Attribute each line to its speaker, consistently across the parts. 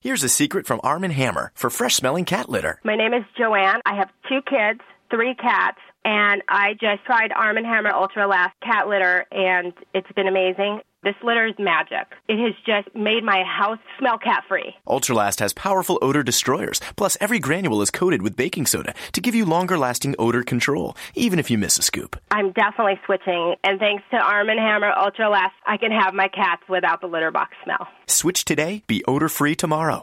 Speaker 1: Here's a secret from Arm & Hammer for fresh-smelling cat litter.
Speaker 2: My name is Joanne. I have two kids, three cats, and I just tried Arm & Hammer Ultra Last cat litter, and it's been amazing. This litter is magic. It has just made my house smell cat-free.
Speaker 1: Ultralast has powerful odor destroyers, plus every granule is coated with baking soda to give you longer-lasting odor control, even if you miss a scoop.
Speaker 2: I'm definitely switching, and thanks to Arm & Hammer Ultra Last, I can have my cats without the litter box smell.
Speaker 1: Switch today, be odor-free tomorrow.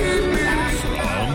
Speaker 3: From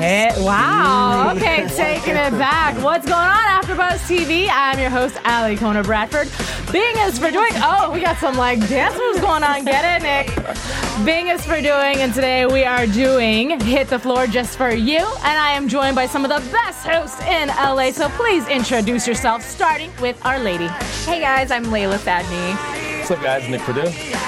Speaker 4: Eh,
Speaker 5: Mm.
Speaker 4: wow. Okay, taking it back. What's going on, AfterBuzz TV? I'm your host, Ali Kona Bradford. Bing is for doing. Oh, we got some like dance moves going on. Get it, Nick? Bing is for doing, and today we are doing hit the floor just for you. And I am joined by some of the best hosts in LA. So please introduce yourself, starting with our lady.
Speaker 5: Hey guys, I'm Layla Fadney.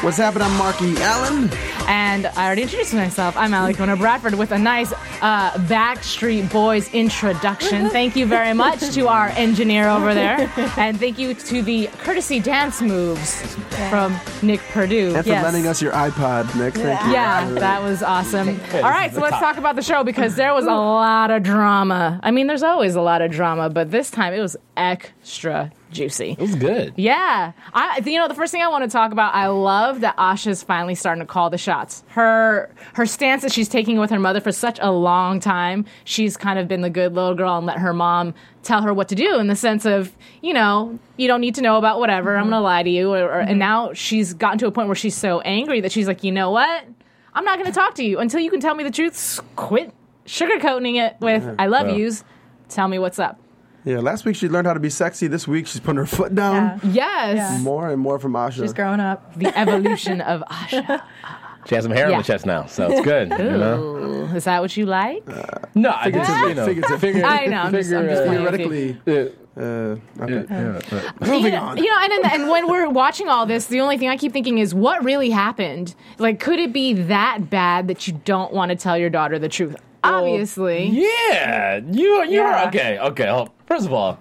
Speaker 6: What's happening? I'm Marky Allen.
Speaker 4: And I already introduced myself. I'm Ali Kona Bradford with a nice uh, Backstreet Boys introduction. Thank you very much to our engineer over there. And thank you to the courtesy dance moves from Nick Purdue.
Speaker 6: And for
Speaker 4: Yes.
Speaker 6: lending us your iPod, Nick. Thank you.
Speaker 4: Yeah, that was awesome. All right, so let's talk about the show because there was a lot of drama. I mean, there's always a lot of drama, but this time it was extra juicy.
Speaker 7: It's good.
Speaker 4: Yeah. I you know the first thing I want to talk about, I love that Asha's finally starting to call the shots. Her her stance that she's taking with her mother for such a long time, she's kind of been the good little girl and let her mom tell her what to do in the sense of, you know, you don't need to know about whatever. I'm going to lie to you or, or- and now she's gotten to a point where she's so angry that she's like, "You know what? I'm not going to talk to you until you can tell me the truth. S- Quit sugarcoating it with I love yous. Tell me what's up."
Speaker 6: Yeah, last week she learned how to be sexy. This week she's putting her foot down.
Speaker 4: Yes.
Speaker 6: More and more from Asha.
Speaker 5: She's growing up.
Speaker 4: The evolution of Asha.
Speaker 7: She has some hair on
Speaker 4: Yeah.
Speaker 7: the chest now, so it's good. you know?
Speaker 4: Ooh, is that what you like?
Speaker 7: No, I just
Speaker 6: Figuratively-
Speaker 7: you know,
Speaker 6: figuratively.
Speaker 7: figure-
Speaker 4: I know, I'm just- I'm just
Speaker 7: figure,
Speaker 6: Theoretically,
Speaker 4: playing.
Speaker 7: uh, yeah,
Speaker 6: uh, okay.
Speaker 7: yeah, yeah.
Speaker 4: you,
Speaker 6: Moving
Speaker 4: know,
Speaker 6: on.
Speaker 4: you know, and then- and when we're watching all this, the only thing I keep thinking is, what really happened? Like, could it be that bad that you don't want to tell your daughter the truth? Obviously,
Speaker 7: Yeah, you you
Speaker 4: Yeah.
Speaker 7: are okay. Okay. Well, first of all,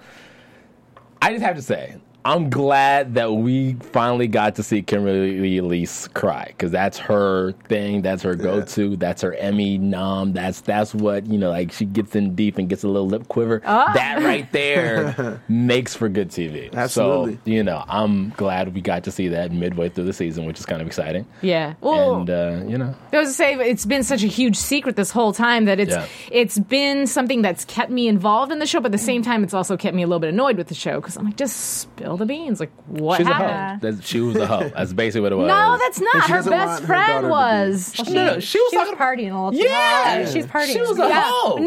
Speaker 7: I just have to say I'm glad that we finally got to see Kimberly Elise cry because that's her thing. That's her go-to. That's her Emmy nom. That's that's what you know. Like she gets in deep and gets a little lip quiver.
Speaker 4: Ah.
Speaker 7: That right there makes for good TV.
Speaker 6: Absolutely.
Speaker 7: So you know, I'm glad we got to see that midway through the season, which is kind of exciting.
Speaker 4: yeah. Well,
Speaker 7: And uh, you know,
Speaker 4: I was to say it's been such a huge secret this whole time that it's
Speaker 7: Yeah.
Speaker 4: it's been something that's kept me involved in the show, but at the same time, it's also kept me a little bit annoyed with the show because I'm like, just spill the beans. Like, what
Speaker 7: she's a hoe.
Speaker 4: happened?
Speaker 7: That's, she was a hoe. That's basically what it was.
Speaker 4: No, that's not.
Speaker 6: she
Speaker 4: Her
Speaker 6: doesn't
Speaker 4: best
Speaker 6: want her daughter
Speaker 4: friend
Speaker 6: to be-
Speaker 4: was.
Speaker 7: no, no, she was
Speaker 5: She was
Speaker 7: talking
Speaker 5: partying all the time.
Speaker 7: Yeah.
Speaker 5: she's partying.
Speaker 7: She was a
Speaker 4: Yeah.
Speaker 6: Oh.
Speaker 7: hoe.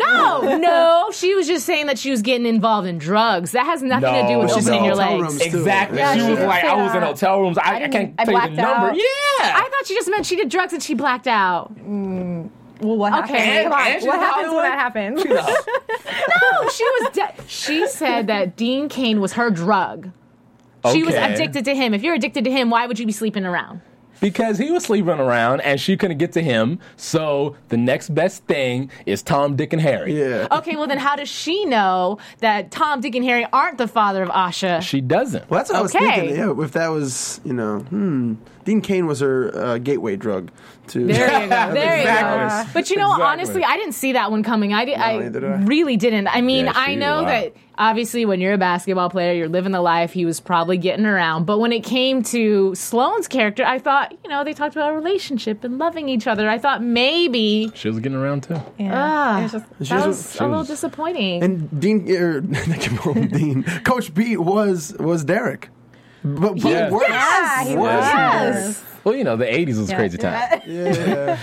Speaker 4: No, no. She was just saying that she was getting involved in drugs. That has nothing to do with
Speaker 7: No,
Speaker 6: She's
Speaker 4: opening
Speaker 6: in
Speaker 4: your
Speaker 6: hotel
Speaker 4: legs.
Speaker 6: rooms, too.
Speaker 7: Exactly.
Speaker 5: Yeah,
Speaker 7: she
Speaker 5: she
Speaker 7: was
Speaker 5: did
Speaker 7: like,
Speaker 5: say
Speaker 7: I was in
Speaker 5: that.
Speaker 7: hotel rooms. I, I,
Speaker 5: didn't-
Speaker 7: can't
Speaker 5: I
Speaker 7: tell you
Speaker 5: blacked
Speaker 7: the number.
Speaker 5: out.
Speaker 7: Yeah.
Speaker 4: I thought she just meant she did drugs and she blacked out.
Speaker 5: Well, what
Speaker 4: Okay.
Speaker 5: happened?
Speaker 4: And-
Speaker 5: Come on.
Speaker 7: and she's
Speaker 5: what
Speaker 7: a
Speaker 5: happens when
Speaker 7: Hollywood-
Speaker 5: that happens?
Speaker 7: She's a hoe.
Speaker 4: No, she was. De- she said that Dean Kane was her drug. She was
Speaker 7: Okay.
Speaker 4: addicted to him. If you're addicted to him, why would you be sleeping around?
Speaker 7: Because he was sleeping around and she couldn't get to him. So the next best thing is Tom, Dick, and Harry.
Speaker 6: Yeah.
Speaker 4: Okay, well then, how does she know that Tom, Dick, and Harry aren't the father of Asha?
Speaker 7: She doesn't.
Speaker 6: Well, that's what I was
Speaker 4: Okay.
Speaker 6: thinking. Yeah, if that was, you know, hmm. Dean Kane was her uh, gateway drug to.
Speaker 4: There you go. There you go.
Speaker 7: Exactly.
Speaker 4: But you know,
Speaker 7: Exactly.
Speaker 4: honestly, I didn't see that one coming. I, did, I,
Speaker 6: neither did I.
Speaker 4: really didn't. I mean,
Speaker 7: Yeah,
Speaker 4: I
Speaker 7: she-
Speaker 4: know
Speaker 7: wow.
Speaker 4: that obviously when you're a basketball player, you're living the life. He was probably getting around. But when it came to Sloane's character, I thought, you know, they talked about a relationship and loving each other. I thought maybe
Speaker 7: She was getting around too.
Speaker 5: Yeah. It was just-
Speaker 6: She
Speaker 4: that
Speaker 6: was-
Speaker 4: was
Speaker 7: she
Speaker 4: a little
Speaker 7: was-
Speaker 4: disappointing.
Speaker 6: and Dean, er, Dean, Coach B was was Derek, but, but
Speaker 7: Yeah.
Speaker 6: worse.
Speaker 5: Yeah, he
Speaker 6: Worse.
Speaker 5: was.
Speaker 7: Well, you know, the 80s was a crazy time.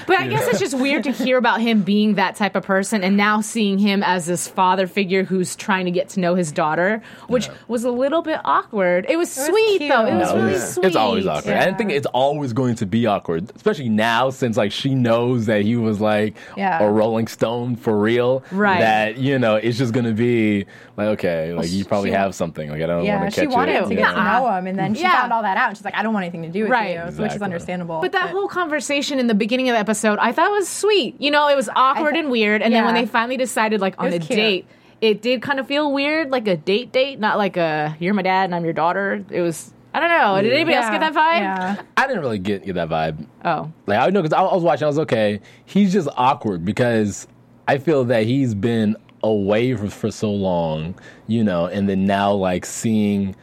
Speaker 4: But I guess it's just weird to hear about him being that type of person and now seeing him as this father figure who's trying to get to know his daughter, which was a little bit awkward. It was,
Speaker 5: was
Speaker 4: sweet
Speaker 5: cute.
Speaker 4: though. It was
Speaker 7: No,
Speaker 4: really
Speaker 7: it's,
Speaker 4: sweet.
Speaker 7: it's always awkward. I didn't think it's always going to be awkward, especially now since like she knows that he was like
Speaker 5: Yeah.
Speaker 7: a Rolling Stone for real.
Speaker 4: Right.
Speaker 7: That you know it's just going to be like okay, like you probably
Speaker 5: she-
Speaker 7: have something. Like I don't
Speaker 5: Yeah,
Speaker 7: want
Speaker 5: she
Speaker 7: catch
Speaker 5: wanted
Speaker 7: it.
Speaker 5: to
Speaker 7: Yeah.
Speaker 5: get to know him, and then she
Speaker 4: Yeah.
Speaker 5: found all that out. And she's like, I don't want anything to do with
Speaker 4: Right.
Speaker 5: you, which is
Speaker 7: Exactly.
Speaker 5: understandable.
Speaker 4: But that whole conversation in the beginning of the episode, I thought was sweet. You know, it was awkward and weird. And then when
Speaker 5: yeah.
Speaker 4: they finally decided, like, on
Speaker 5: was
Speaker 4: a
Speaker 5: cute.
Speaker 4: date, it did kind of feel weird, like a date date, not like a you're my dad and I'm your daughter. It was, I don't know. Did anybody else
Speaker 5: Yeah,
Speaker 4: get that vibe?
Speaker 5: Yeah.
Speaker 7: I didn't really get, get that vibe.
Speaker 4: Oh.
Speaker 7: Like I know because I, I was watching, I was okay. He's just awkward because I feel that he's been away for, for so long, you know, and then now like seeing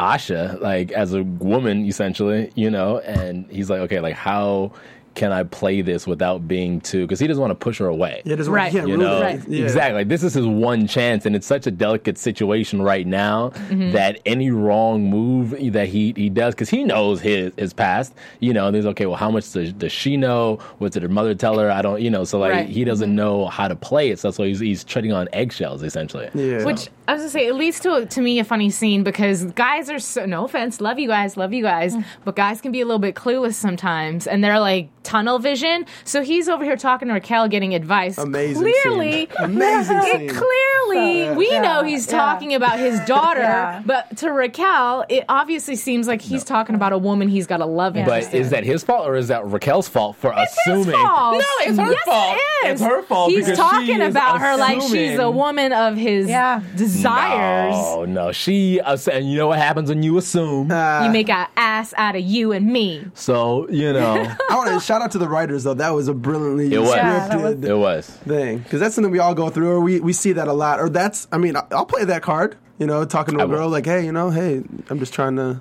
Speaker 7: Asha like as a woman essentially, you know, and he's like, okay, like how can I play this without being too? Because he doesn't want to push her away.
Speaker 6: Yeah, it doesn't
Speaker 4: Right.
Speaker 6: yeah,
Speaker 7: You
Speaker 6: ruin
Speaker 7: know,
Speaker 6: it.
Speaker 4: Right.
Speaker 6: Yeah.
Speaker 7: exactly. Like, this is his one chance, and it's such a delicate situation right now
Speaker 4: Mm-hmm.
Speaker 7: that any wrong move that he he does, because he knows his his past. You know, there's okay. Well, how much does, does she know? What did her mother tell her? I don't. You know, so like
Speaker 4: Right. Mm-hmm.
Speaker 7: he doesn't know how to play it. So that's why he's he's treading on eggshells essentially.
Speaker 6: Yeah.
Speaker 4: Which I was gonna say, it leads to to me a funny scene because guys are so no offense, love you guys, love you guys,
Speaker 7: Mm.
Speaker 4: but guys can be a little bit clueless sometimes, and they're like tunnel vision. So he's over here talking to Raquel, getting advice.
Speaker 6: Amazing scene.
Speaker 4: clearly,
Speaker 6: Amazing scene.
Speaker 4: it clearly we
Speaker 5: Yeah.
Speaker 4: know he's
Speaker 5: Yeah.
Speaker 4: talking about his daughter,
Speaker 5: Yeah.
Speaker 4: but to Raquel, it obviously seems like he's talking about a woman he's got to love.
Speaker 7: But is that his fault or is that Raquel's fault for
Speaker 4: His
Speaker 7: assuming?
Speaker 4: fault.
Speaker 7: No, it's her
Speaker 4: yes,
Speaker 7: fault.
Speaker 4: It is.
Speaker 7: It's her fault.
Speaker 4: He's
Speaker 7: because
Speaker 4: talking
Speaker 7: she is
Speaker 4: about her like she's a
Speaker 7: assuming-
Speaker 4: woman of his
Speaker 5: Yeah.
Speaker 4: desires.
Speaker 7: Oh no, she. Uh, and you know what happens when you assume.
Speaker 6: Uh.
Speaker 4: You make an ass out of you and me.
Speaker 7: so you know
Speaker 6: I want to shout out to the writers though. That was a brilliantly
Speaker 7: It was. Yeah,
Speaker 5: that was-
Speaker 6: scripted
Speaker 7: it was.
Speaker 6: thing because that's something we all go through, or we, we see that a lot. Or that's I mean I- I'll play that card. You know, talking to a
Speaker 7: will.
Speaker 6: girl like, hey, you know, hey, I'm just trying to.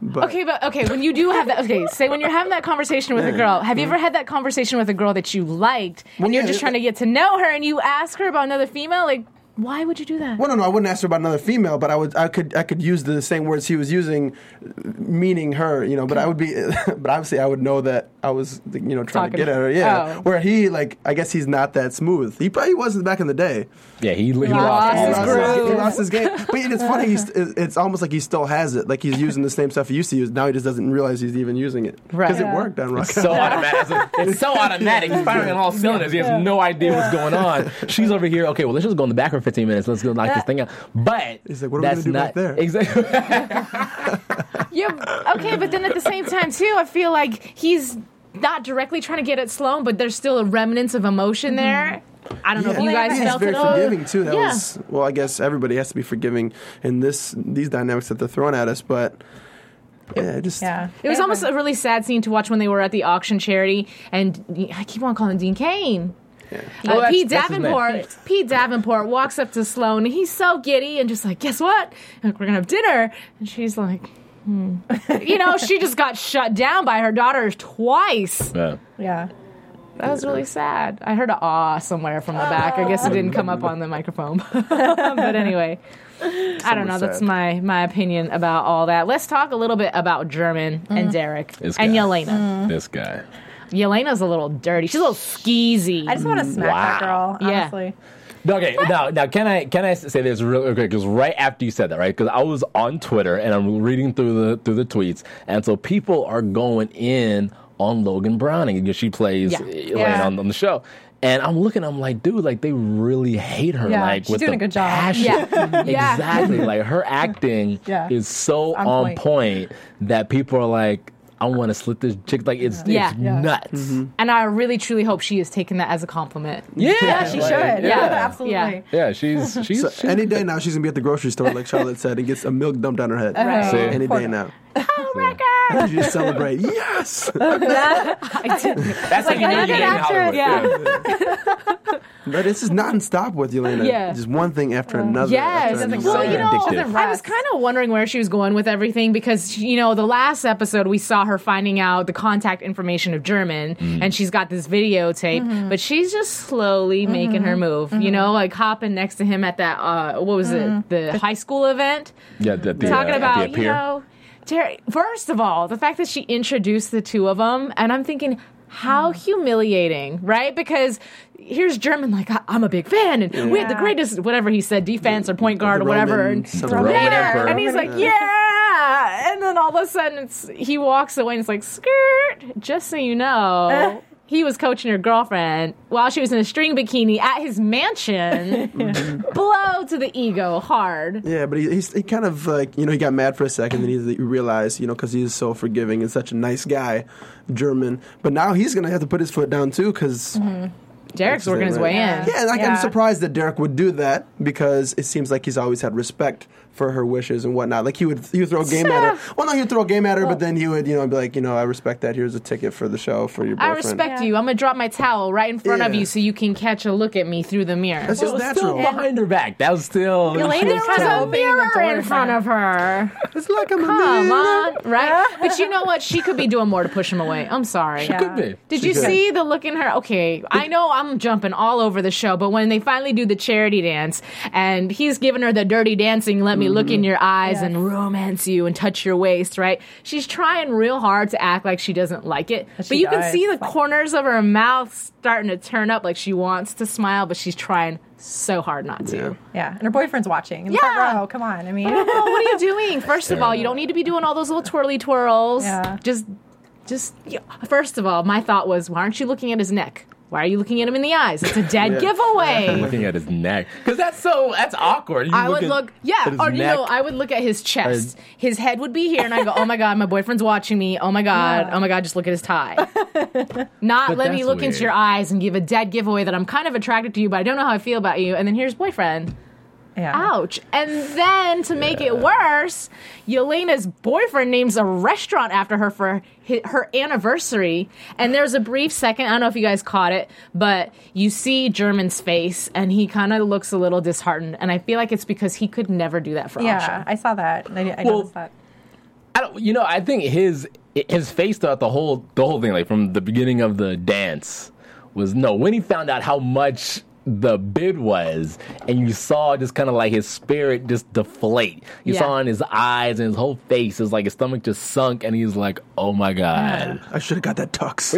Speaker 6: But
Speaker 4: Okay, but okay, when you do have that, okay, say when you're having that conversation with a girl, have you ever had that conversation with a girl that you liked and
Speaker 6: Well,
Speaker 4: you're
Speaker 6: yeah, uh,
Speaker 4: just
Speaker 6: it-
Speaker 4: trying to get to know her and you ask her about another female? Like, why would you do that?
Speaker 6: Well, no, no, I wouldn't ask her about another female, but I would, I could, I could use the same words he was using, meaning her, you know. But I would be, but obviously, I would know that I was, you know, trying
Speaker 4: Talking-
Speaker 6: to get at her. Yeah.
Speaker 4: oh.
Speaker 6: Where he, like, I guess he's not that smooth. He probably wasn't back in the day.
Speaker 7: Yeah, he, he lost,
Speaker 4: lost
Speaker 6: He
Speaker 4: his
Speaker 7: his
Speaker 6: lost his,
Speaker 4: groove.
Speaker 6: he lost his game. But it's funny. He's, it's almost like he still has it. Like he's using the same stuff he used to use. Now he just doesn't realize he's even using it
Speaker 4: Right.
Speaker 6: because it worked on Rock.
Speaker 7: So automatic. It's so automatic. He's firing on all cylinders. He has no idea what's going on. She's over here. Okay, well, let's just go in the back for 15 minutes. Let's go knock this thing out. But
Speaker 6: He's like, what are we gonna
Speaker 7: that's
Speaker 6: do back
Speaker 7: not
Speaker 6: there?
Speaker 7: Exactly.
Speaker 4: Yeah, okay, but then at the same time, too, I feel like he's not directly trying to get at Sloan, but there's still a remnants of emotion there.
Speaker 6: Mm-hmm.
Speaker 4: I don't know if you guys
Speaker 6: he's
Speaker 4: felt
Speaker 6: very
Speaker 4: it all.
Speaker 6: forgiving too. That
Speaker 4: Yeah.
Speaker 6: was well, I guess everybody has to be forgiving in this these dynamics that they're throwing at us. But yeah, just
Speaker 5: Yeah.
Speaker 4: It was almost a really sad scene to watch when they were at the auction charity, and I keep on calling Dean Kane. Uh,
Speaker 7: Well,
Speaker 4: Pete
Speaker 7: that's- that's his name.
Speaker 4: Davenport. Pete Davenport walks up to Sloane, and he's so giddy and just like, "Guess what? We're gonna have dinner." And she's like, hmm. "You know, she just got shut down by her daughter twice.
Speaker 7: Yeah.
Speaker 5: Yeah.
Speaker 4: That was really sad." I heard a aw somewhere from the back. I guess it didn't come up on the microphone, but anyway. I don't know.
Speaker 6: Someone's
Speaker 4: That's
Speaker 6: sad.
Speaker 4: my my opinion about all that. Let's talk a little bit about German
Speaker 5: Mm-hmm.
Speaker 4: and Derek
Speaker 7: This
Speaker 4: and
Speaker 7: guy.
Speaker 4: Yelena.
Speaker 5: Mm.
Speaker 7: This guy.
Speaker 4: Yelena's a little dirty. She's a little skeezy.
Speaker 5: I just want to smack that
Speaker 7: Wow.
Speaker 5: girl,
Speaker 4: Yeah.
Speaker 5: honestly.
Speaker 7: Okay, now now can I can I say this real quick? Because right after you said that, right? Because I was on Twitter and I'm reading through the through the tweets, and so people are going in on Logan Browning because she plays
Speaker 4: Yeah.
Speaker 7: Elaine
Speaker 5: Yeah.
Speaker 7: on, on the show. And I'm looking, I'm like, dude, like they really hate her.
Speaker 5: Yeah,
Speaker 7: like
Speaker 5: she's
Speaker 7: with
Speaker 5: doing
Speaker 7: the
Speaker 5: a good job.
Speaker 7: passion.
Speaker 4: Yeah. Yeah.
Speaker 7: exactly. like her acting
Speaker 5: Yeah.
Speaker 7: is so
Speaker 5: On
Speaker 7: on,
Speaker 5: point.
Speaker 7: point. that people are like, I want to slit this chick. Like it's
Speaker 4: Yeah.
Speaker 7: it's
Speaker 4: Yeah.
Speaker 7: nuts.
Speaker 4: and I really truly hope she is taking that as a compliment.
Speaker 7: Yeah,
Speaker 5: Yeah, she
Speaker 7: like,
Speaker 5: should. Yeah,
Speaker 7: Yeah,
Speaker 5: absolutely.
Speaker 4: Yeah.
Speaker 7: yeah she's she's,
Speaker 6: So
Speaker 7: she's
Speaker 6: any day now, she's gonna be at the grocery store, like Charlotte said, and gets a milk dumped on her head.
Speaker 4: Right.
Speaker 7: See?
Speaker 6: Any
Speaker 5: Poor
Speaker 6: day
Speaker 5: guy.
Speaker 6: now,
Speaker 4: Uh-huh. Oh
Speaker 6: you just celebrate. Yes,
Speaker 4: I did.
Speaker 7: That's like,
Speaker 4: another actress.
Speaker 6: but this is nonstop with Elena.
Speaker 4: Yeah. Uh-huh.
Speaker 6: just one thing after another.
Speaker 4: Yes.
Speaker 6: after another.
Speaker 4: Well, you know,
Speaker 7: Addictive.
Speaker 4: I was kind of wondering where she was going with everything because, you know, the last episode we saw her finding out the contact information of German and she's got this videotape, but she's just slowly making her move, you know, like hopping next to him at that, uh, what was it, the high school event?
Speaker 7: Yeah, the, the,
Speaker 4: talking
Speaker 7: uh,
Speaker 4: about
Speaker 7: the
Speaker 4: you
Speaker 7: pier.
Speaker 4: know Terry, first of all, the fact that she introduced the two of them, and I'm thinking,
Speaker 6: Mm.
Speaker 4: how humiliating, right? Because here's German, like, "I- I'm a big fan, and we had the
Speaker 5: Yeah.
Speaker 4: greatest, whatever he said, defense or point guard
Speaker 6: The
Speaker 4: or whatever.
Speaker 6: Roman-
Speaker 4: And,
Speaker 6: some
Speaker 7: Yeah. Roman
Speaker 4: yeah.
Speaker 7: emperor.
Speaker 4: and he's like, yeah. And then all of a sudden, it's, he walks away and it's like, skirt, just so you know. He was coaching your girlfriend while she was in a string bikini at his mansion. Blow to the ego hard.
Speaker 6: Yeah, but he, he's, he kind of like you know he got mad for a second, then he realized you know because he is so forgiving and such a nice guy, German. But now he's gonna have to put his foot down too because
Speaker 4: Mm-hmm. Derek's
Speaker 6: That's
Speaker 4: working his
Speaker 6: right.
Speaker 4: way in.
Speaker 6: yeah, like I'm
Speaker 5: Yeah.
Speaker 6: surprised that Derek would do that because it seems like he's always had respect for her wishes and whatnot. Like he would he would throw a game at her. Well, no, he'd throw a game at her, but then he would you know be like you know I respect that. Here's a ticket for the show for your
Speaker 4: I
Speaker 6: boyfriend.
Speaker 4: respect you. I'm gonna drop my towel right in front of
Speaker 6: Yeah.
Speaker 4: you so you can catch a look at me through the mirror.
Speaker 6: That's
Speaker 7: It
Speaker 6: just
Speaker 7: was
Speaker 6: natural.
Speaker 7: still behind her back. That was still.
Speaker 5: Elaine
Speaker 4: there
Speaker 5: is
Speaker 4: was
Speaker 5: kind
Speaker 4: a
Speaker 5: of opening the
Speaker 4: mirror
Speaker 5: door
Speaker 4: in front of her.
Speaker 6: It's like I'm a
Speaker 4: Come
Speaker 6: man.
Speaker 4: on, right? But you know what? She could be doing more to push him away. I'm sorry.
Speaker 7: Could be.
Speaker 4: Did you
Speaker 6: could.
Speaker 4: see the look in her? Okay, I know I'm jumping all over the show, but when they finally do the charity dance and he's giving her the dirty dancing, let me look in your eyes and romance you and touch your waist, right? She's trying real hard to act like she doesn't like it, but,
Speaker 5: she
Speaker 4: you can
Speaker 5: does.
Speaker 4: see the corners of her mouth starting to turn up like she wants to smile, but she's trying so hard not to.
Speaker 6: Yeah.
Speaker 5: Yeah, and her boyfriend's watching. In the
Speaker 4: Yeah.
Speaker 5: front row. Come on. I mean,
Speaker 4: Oh, what are you doing? First of all, you don't need to be doing all those little twirly twirls.
Speaker 5: Yeah.
Speaker 4: Just, just. yeah. First of all, my thought was, why aren't you looking at his neck? Why are you looking at him in the eyes? It's a dead
Speaker 6: Yeah.
Speaker 4: giveaway.
Speaker 7: looking at his neck because that's so that's awkward. You
Speaker 4: I would
Speaker 7: at-
Speaker 4: look,
Speaker 7: at
Speaker 4: yeah,
Speaker 7: his
Speaker 4: or you know,
Speaker 7: neck.
Speaker 4: I would look at his chest. His head would be here, and I go, "Oh my god, my boyfriend's watching me. Oh my god, oh my god, just look at his tie." Not let me
Speaker 7: that's
Speaker 4: look into
Speaker 7: weird.
Speaker 4: your eyes and give a dead giveaway that I'm kind of attracted to you, but I don't know how I feel about you. And then here's boyfriend.
Speaker 5: yeah.
Speaker 4: Ouch. And then to make it worse, Yelena's boyfriend names a restaurant after her for hi- her anniversary. And there's a brief second, I don't know if you guys caught it, but you see German's face and he kind of looks a little disheartened. And I feel like it's because he could never do that for
Speaker 5: Yeah, I saw that. I, I
Speaker 7: Well,
Speaker 5: noticed that.
Speaker 7: I don't, you know, I think his his face throughout the whole the whole thing, like from the beginning of the dance, was no. When he found out how much the bid was, and you saw just kind of like his spirit just deflate. You
Speaker 4: Yeah.
Speaker 7: saw in his eyes and his whole face, is like his stomach just sunk, and he's like, "Oh my god!"
Speaker 6: I should have got that tux.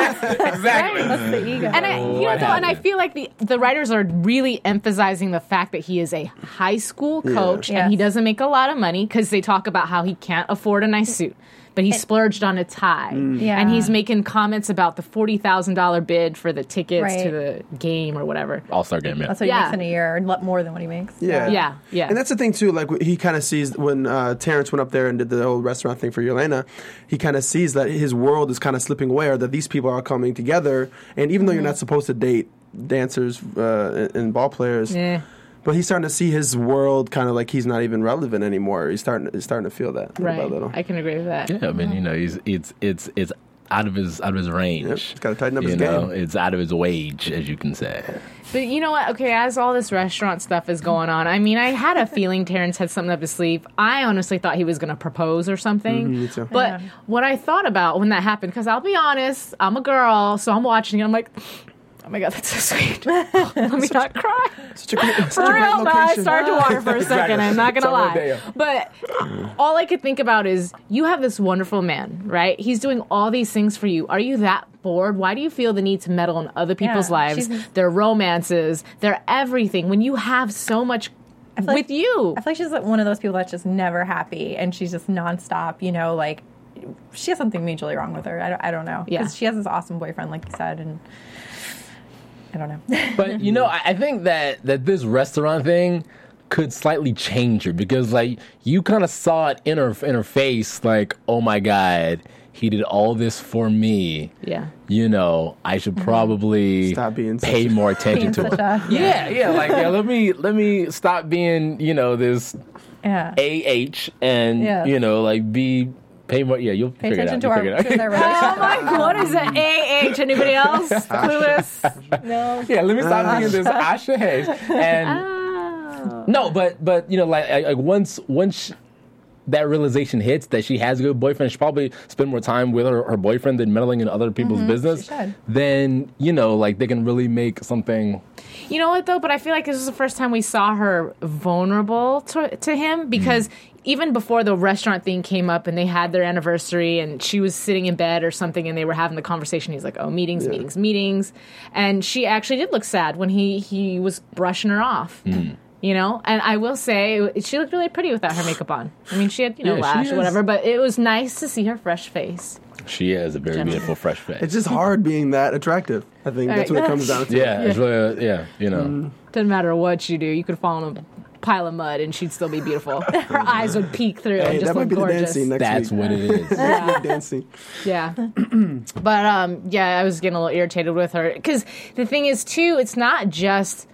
Speaker 7: exactly.
Speaker 4: Right?
Speaker 5: The ego.
Speaker 4: And I, you know,
Speaker 7: What
Speaker 4: though, and I
Speaker 7: happened?
Speaker 4: feel like the, the writers are really emphasizing the fact that he is a high school coach
Speaker 5: Yes.
Speaker 4: and he doesn't make a lot of money because they talk about how he can't afford a nice suit, but he splurged on a tie,
Speaker 5: Yeah.
Speaker 4: and he's making comments about the forty thousand dollar bid for the tickets to
Speaker 5: Right.
Speaker 4: the game or whatever.
Speaker 7: All star game, yeah.
Speaker 5: That's what
Speaker 4: Yeah.
Speaker 5: he makes in a year, and lot more than what he makes.
Speaker 6: Yeah.
Speaker 4: Yeah, yeah.
Speaker 6: And that's the thing too. Like wh- he kind of sees when uh, Terrence went up there and did the whole restaurant thing for Yelena, he kind of sees that his world is kind of slipping away, or that these people are coming together. And even though
Speaker 4: Mm-hmm.
Speaker 6: you're not supposed to date dancers uh, and- and ball players,
Speaker 4: Yeah.
Speaker 6: but he's starting to see his world kind of like he's not even relevant anymore. He's starting he's starting to feel that little by
Speaker 4: Right,
Speaker 6: little.
Speaker 4: I can agree with that.
Speaker 7: Yeah, I mean, you know, he's it's it's it's out of his out of his range.
Speaker 6: Yep, he's gotta tighten up
Speaker 7: you
Speaker 6: his
Speaker 7: know,
Speaker 6: game.
Speaker 7: It's out of his wage, as you can say.
Speaker 4: But you know what? Okay, as all this restaurant stuff is going on, I mean, I had a feeling Terrence had something up his sleeve. I honestly thought he was going to propose or something.
Speaker 6: too.
Speaker 4: But what I thought about when that happened, because I'll be honest, I'm a girl, so I'm watching and I'm like, oh my God, that's so sweet. Let me not cry.
Speaker 6: Such a great, such
Speaker 4: For
Speaker 6: a great
Speaker 4: real, but I
Speaker 6: location.
Speaker 4: started to water for a second. I'm not gonna lie, but all I could think about is you have this wonderful man, right? He's doing all these things for you. Are you that bored? Why do you feel the need to meddle in other people's
Speaker 5: Yeah,
Speaker 4: lives,
Speaker 5: she's-
Speaker 4: their romances, their everything? When you have so much with
Speaker 5: like-
Speaker 4: you,
Speaker 5: I feel like she's like one of those people that's just never happy, and she's just nonstop. You know, like she has something majorly wrong with her. I don't, I don't know. 'Cause
Speaker 4: Yeah.
Speaker 5: she has this awesome boyfriend, like you said, and I don't know.
Speaker 7: But you know, I, I think that that this restaurant thing could slightly change her because like you kind of saw it in her in her face, like, oh my god, he did all this for me.
Speaker 4: yeah.
Speaker 7: You know, I should probably
Speaker 6: Stop being such
Speaker 7: pay
Speaker 6: a-
Speaker 7: more attention
Speaker 5: Mm-hmm. Being
Speaker 7: to
Speaker 5: such
Speaker 7: it.
Speaker 5: a-
Speaker 7: yeah, yeah, like yeah, let me let me stop being you know this
Speaker 5: yeah.
Speaker 7: A H and
Speaker 5: Yeah.
Speaker 7: you know like be pay more. Yeah, you'll
Speaker 5: Pay
Speaker 7: figure it
Speaker 5: attention
Speaker 7: out.
Speaker 5: to
Speaker 7: You'll
Speaker 5: our
Speaker 7: figure it out.
Speaker 5: to their
Speaker 4: Oh
Speaker 5: relationship.
Speaker 4: my God, what is an AH? Anybody else? Clueless?
Speaker 5: no.
Speaker 7: Yeah, let me stop being this Asha Hayes.
Speaker 5: Ah.
Speaker 7: And
Speaker 4: Oh.
Speaker 7: no, but but you know, like, like like, once once that realization hits that she has a good boyfriend, she probably spend more time with her, her boyfriend than meddling in other people's business.
Speaker 5: Mm-hmm. she should.
Speaker 7: Then you know, like they can really make something.
Speaker 4: You know what though? But I feel like this was the first time we saw her vulnerable to, to him because even before the restaurant thing came up and they had their anniversary and she was sitting in bed or something and they were having the conversation he's like oh meetings meetings meetings and she actually did look sad when he he was brushing her off
Speaker 7: Hmm.
Speaker 4: you know and i will say she looked really pretty without her makeup on i mean she had you know
Speaker 7: Yeah, she
Speaker 4: lash
Speaker 7: is.
Speaker 4: or whatever but it was nice to see her fresh face
Speaker 7: She has a very
Speaker 4: Gentlemen.
Speaker 7: beautiful fresh face.
Speaker 6: It's just hard being that attractive. I think that's what it
Speaker 4: Alright.
Speaker 6: comes down to.
Speaker 7: yeah, it's really yeah, you know.
Speaker 5: Mm.
Speaker 4: doesn't matter what you do you could fall in a pile of mud and she'd still be beautiful her eyes would peek through
Speaker 6: Hey,
Speaker 4: and just
Speaker 6: that might
Speaker 4: look
Speaker 6: be the
Speaker 4: gorgeous
Speaker 6: dancing next
Speaker 7: That's
Speaker 6: week.
Speaker 7: what it is.
Speaker 6: That's dancing.
Speaker 4: Yeah. but um yeah, I was getting a little irritated with her cuz the thing is too, it's not just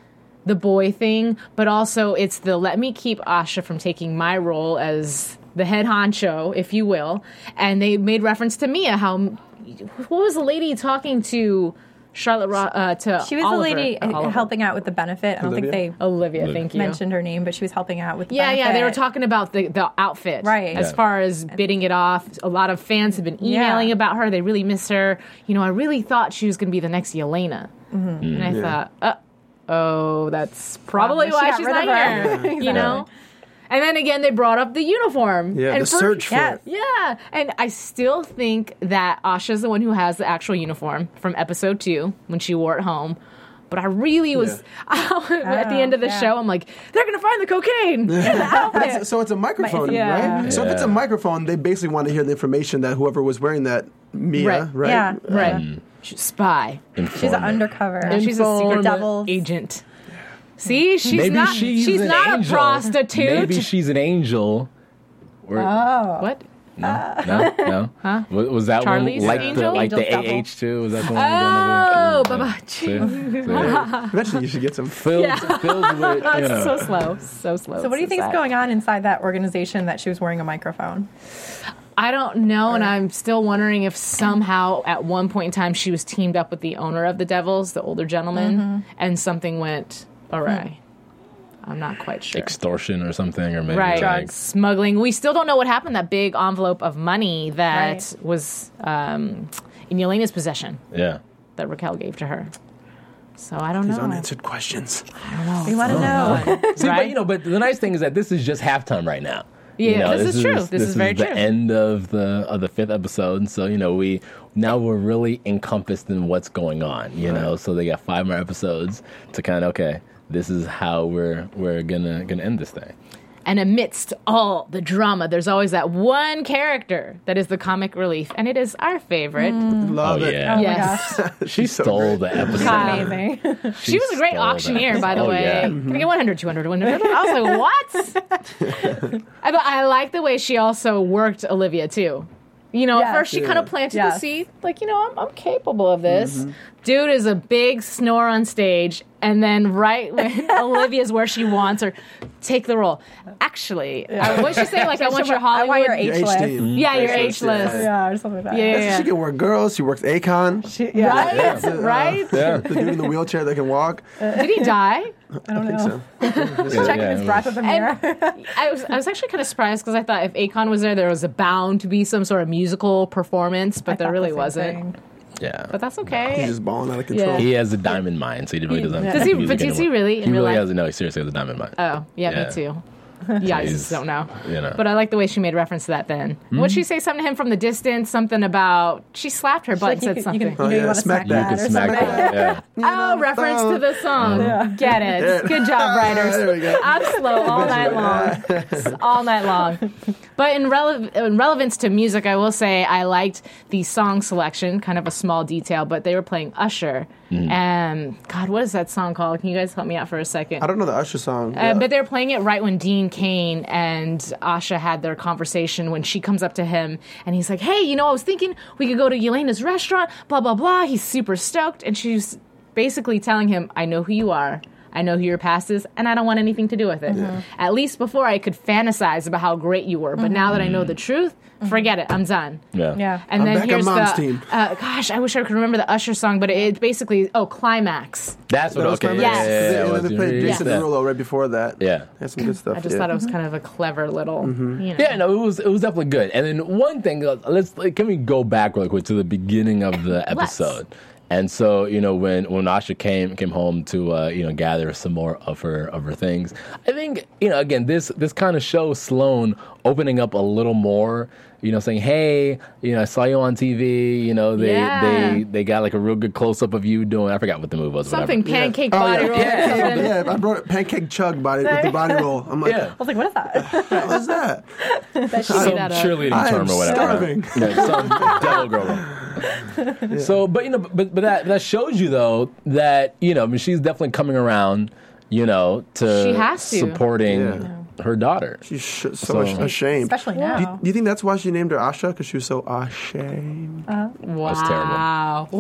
Speaker 4: the boy thing, but also it's the let me keep Asha from taking my role as the head honcho, if you will. And they made reference to Mia how what was the lady talking to Charlotte Ro- uh, to
Speaker 5: She was
Speaker 4: Oliver,
Speaker 5: the lady
Speaker 4: uh, Oliver.
Speaker 5: helping out with the benefit. I don't
Speaker 6: Olivia?
Speaker 5: think they
Speaker 4: Olivia, thank you.
Speaker 5: mentioned her name, but she was helping out with the
Speaker 4: Yeah, yeah, they were
Speaker 5: benefit.
Speaker 4: talking about the, the outfit.
Speaker 5: Right.
Speaker 4: As
Speaker 5: Yeah.
Speaker 4: far as bidding it off, a lot of fans have been emailing
Speaker 5: Yeah.
Speaker 4: about her. They really miss her. You know, I really thought she was going to be the next Yelena.
Speaker 6: Mm-hmm.
Speaker 4: And I thought, uh, oh, that's probably
Speaker 5: Probably she
Speaker 4: why
Speaker 5: got
Speaker 4: she's
Speaker 5: rid
Speaker 4: not
Speaker 5: of her.
Speaker 4: here. You know? And then again, they brought up the uniform.
Speaker 6: Yeah,
Speaker 4: and
Speaker 6: the
Speaker 4: for-
Speaker 6: search for
Speaker 5: Yes.
Speaker 6: it.
Speaker 4: Yeah. And I still think that Asha's the one who has the actual uniform from episode two when she wore it home. But I really was at the end of the
Speaker 5: Oh, yeah.
Speaker 4: show. I'm like, they're gonna find the cocaine. in the outfit.
Speaker 6: So it's a microphone,
Speaker 4: yeah.
Speaker 6: right? So if it's a
Speaker 7: Yeah.
Speaker 6: microphone, they basically want to hear the information that whoever was wearing that Mia, right?
Speaker 4: Right.
Speaker 5: Yeah,
Speaker 4: Right. She's a spy.
Speaker 5: she's an undercover.
Speaker 4: she's a secret
Speaker 5: double
Speaker 4: agent. See, she's
Speaker 7: Maybe
Speaker 4: not
Speaker 7: she's,
Speaker 4: she's,
Speaker 7: an
Speaker 4: not
Speaker 7: angel.
Speaker 4: a prostitute. Oh.
Speaker 7: Maybe she's an angel. Or,
Speaker 4: what?
Speaker 7: no, no. Huh? Was that
Speaker 4: Charlie's
Speaker 7: one like the
Speaker 4: Angel?
Speaker 7: like the
Speaker 5: Angel's double.
Speaker 7: AH too? Was that the one?
Speaker 4: Oh,
Speaker 7: we
Speaker 4: bye-bye.
Speaker 7: don't know the- Yeah. See? See?
Speaker 6: Eventually, you should get some.
Speaker 7: Filled, filled with you know.
Speaker 4: So slow. So slow.
Speaker 5: So what do you think is going on inside that organization that she was wearing a microphone?
Speaker 4: I don't know,
Speaker 5: Uh.
Speaker 4: and I'm still wondering if somehow at one point in time she was teamed up with the owner of the Devils, the older gentleman,
Speaker 5: Mm-hmm.
Speaker 4: and something went
Speaker 5: Hmm.
Speaker 4: awry. I'm not quite sure.
Speaker 7: extortion or something, or maybe
Speaker 4: right.
Speaker 7: like,
Speaker 4: Smuggling. We still don't know what happened. to That big envelope of money that
Speaker 5: Right.
Speaker 4: was um, in Yelena's possession.
Speaker 7: yeah.
Speaker 4: that Raquel gave to her. So I don't
Speaker 6: These
Speaker 4: know.
Speaker 6: unanswered questions.
Speaker 4: Oh,
Speaker 5: We want to know.
Speaker 7: See, but
Speaker 4: Right?
Speaker 7: you know, but the nice thing is that this is just halftime right now. You
Speaker 4: Yeah,
Speaker 7: know,
Speaker 4: this is true. This is very
Speaker 7: the
Speaker 4: true.
Speaker 7: End of the of the fifth episode, so you know we now we're really encompassed in what's going on. You know, so they got five more episodes to kind of okay, this is how we're we're gonna gonna end this thing.
Speaker 4: And amidst all the drama, there's always that one character that is the comic relief, and it is our favorite.
Speaker 6: Love
Speaker 7: oh
Speaker 6: it.
Speaker 7: yeah,
Speaker 4: Yes,
Speaker 7: she stole the episode.
Speaker 5: Amazing.
Speaker 4: she was a great
Speaker 7: stole that.
Speaker 4: auctioneer, by the
Speaker 7: Oh,
Speaker 4: way.
Speaker 7: yeah.
Speaker 4: Can
Speaker 6: Mm-hmm.
Speaker 4: I get 100, 200, 100? I was like, what? I, but I like the way she also worked Olivia too. You know,
Speaker 5: Yes.
Speaker 4: at first she kind of planted the
Speaker 5: Yes.
Speaker 4: seed, like you know, I'm, I'm capable of this.
Speaker 6: Mm-hmm.
Speaker 4: Dude is a big snore on stage, and then right when Olivia's where she wants her, take the role. Actually, I, what she say? Like I want your
Speaker 5: I
Speaker 4: Hollywood.
Speaker 5: want your
Speaker 6: Your
Speaker 5: H list.
Speaker 7: Mm-hmm.
Speaker 6: HD.
Speaker 4: Yeah, your
Speaker 6: H list,
Speaker 4: H list.
Speaker 5: Yeah, or something like that.
Speaker 4: yeah, yeah,
Speaker 6: She
Speaker 4: yeah.
Speaker 6: can work girls. She works Akon.
Speaker 5: She- yeah.
Speaker 4: Right,
Speaker 6: Yeah.
Speaker 4: right.
Speaker 7: Yeah.
Speaker 6: the dude in the wheelchair that can walk.
Speaker 4: Did he die?
Speaker 5: I don't know.
Speaker 6: So,
Speaker 5: Check
Speaker 7: Yeah,
Speaker 5: if
Speaker 7: it
Speaker 5: his breath
Speaker 7: was-
Speaker 5: with a mirror.
Speaker 4: I was I was actually kind of surprised because I thought if Akon was there, there was a bound to be some sort of musical performance, but there really wasn't.
Speaker 7: Yeah,
Speaker 4: But that's okay.
Speaker 6: he's just balling out of control.
Speaker 7: he has a diamond mine, so he really doesn't.
Speaker 4: Does he- but does he really, in
Speaker 7: He
Speaker 4: real
Speaker 7: really
Speaker 4: life?
Speaker 7: has no. He seriously has a diamond mine.
Speaker 4: oh, yeah,
Speaker 7: Yeah.
Speaker 4: me too. Yeah, I just don't know.
Speaker 7: you know.
Speaker 4: But uh, I like the way she made reference to that then.
Speaker 7: Hmm?
Speaker 4: What'd she say something to him from the distance? Something about she slapped her butt and
Speaker 5: you
Speaker 4: said
Speaker 5: can-
Speaker 4: something.
Speaker 5: You, can, you, know,
Speaker 6: yeah,
Speaker 5: you want to
Speaker 6: smack
Speaker 5: smack
Speaker 6: that.
Speaker 5: that,
Speaker 7: you
Speaker 5: or
Speaker 7: can
Speaker 5: something.
Speaker 7: smack that. Yeah.
Speaker 4: Oh, reference to the song. Get it. Good job,
Speaker 6: There we
Speaker 4: writers.
Speaker 6: go.
Speaker 4: I'm slow all night long. It's all night long. But in, rele- in relevance to music, I will say I liked the song selection, kind of a small detail, but they were playing Usher. And God, what is that song called? Can you guys help me out for a second?
Speaker 6: I don't know the Usher song.
Speaker 4: Uh, but they're playing it right when Dean Kane and Asha had their conversation when she comes up to him and he's like, Hey, you know, I was thinking we could go to Yelena's restaurant, blah, blah, blah. He's super stoked. And she's basically telling him, I know who you are. I know who your past is, and I don't want anything to do with it. At least before I could fantasize about how great you were, but
Speaker 6: Mm-hmm.
Speaker 4: now that I know the truth, forget it. I'm done.
Speaker 7: Yeah.
Speaker 5: Yeah.
Speaker 4: And
Speaker 6: I'm
Speaker 4: then
Speaker 6: back on
Speaker 4: here's
Speaker 6: Mom's
Speaker 4: the
Speaker 6: team.
Speaker 4: Uh, gosh, I wish I could remember the Usher song, but it basically oh climax.
Speaker 7: That's what.
Speaker 6: That was
Speaker 7: okay.
Speaker 6: Primaris?
Speaker 4: Yes.
Speaker 7: Yeah. yeah, yeah, yeah,
Speaker 6: And then
Speaker 7: was-
Speaker 6: they played
Speaker 7: yeah.
Speaker 6: Jason
Speaker 7: Yeah.
Speaker 6: Derulo right before that.
Speaker 7: Yeah.
Speaker 6: That's some good stuff.
Speaker 4: I just
Speaker 6: yeah. Mm-hmm.
Speaker 4: thought it was kind of a clever little. You know.
Speaker 7: Yeah, no, it was it was definitely good. And then one thing, uh, let's like, can we go back really quick to the beginning of the episode And so, you know, when when Asha came came home to uh, you know gather some more of her of her things, I think you know again this this kind of shows Sloan opening up a little more. You know, saying, "Hey, you know, I saw you on TV. You know, they
Speaker 4: Yeah.
Speaker 7: they they got like a real good close up of you doing. I forgot what the move was. whatever.
Speaker 4: Something pancake
Speaker 6: Oh,
Speaker 4: body
Speaker 6: yeah.
Speaker 4: roll.
Speaker 7: Yeah.
Speaker 4: or something.
Speaker 6: yeah, I brought it pancake chug body with the body roll. I'm like,
Speaker 7: Yeah.
Speaker 5: I was like, what is that?
Speaker 6: what was that?
Speaker 4: That should be
Speaker 7: some
Speaker 4: that, uh,
Speaker 7: cheerleading
Speaker 6: I
Speaker 7: term
Speaker 6: am
Speaker 7: or whatever.
Speaker 6: starving.
Speaker 7: Yeah, some devil girl. So, but you know, but but that that shows you though that you know, I mean, she's definitely coming around. You know, to
Speaker 4: She has to.
Speaker 7: supporting
Speaker 6: Yeah.
Speaker 7: her daughter.
Speaker 6: She's sh- so, much
Speaker 7: So-
Speaker 6: ashamed.
Speaker 5: Especially
Speaker 6: Do you,
Speaker 5: now.
Speaker 6: do you think that's why she named her Asha? Because she was so ashamed.
Speaker 4: Wow.
Speaker 7: That's terrible.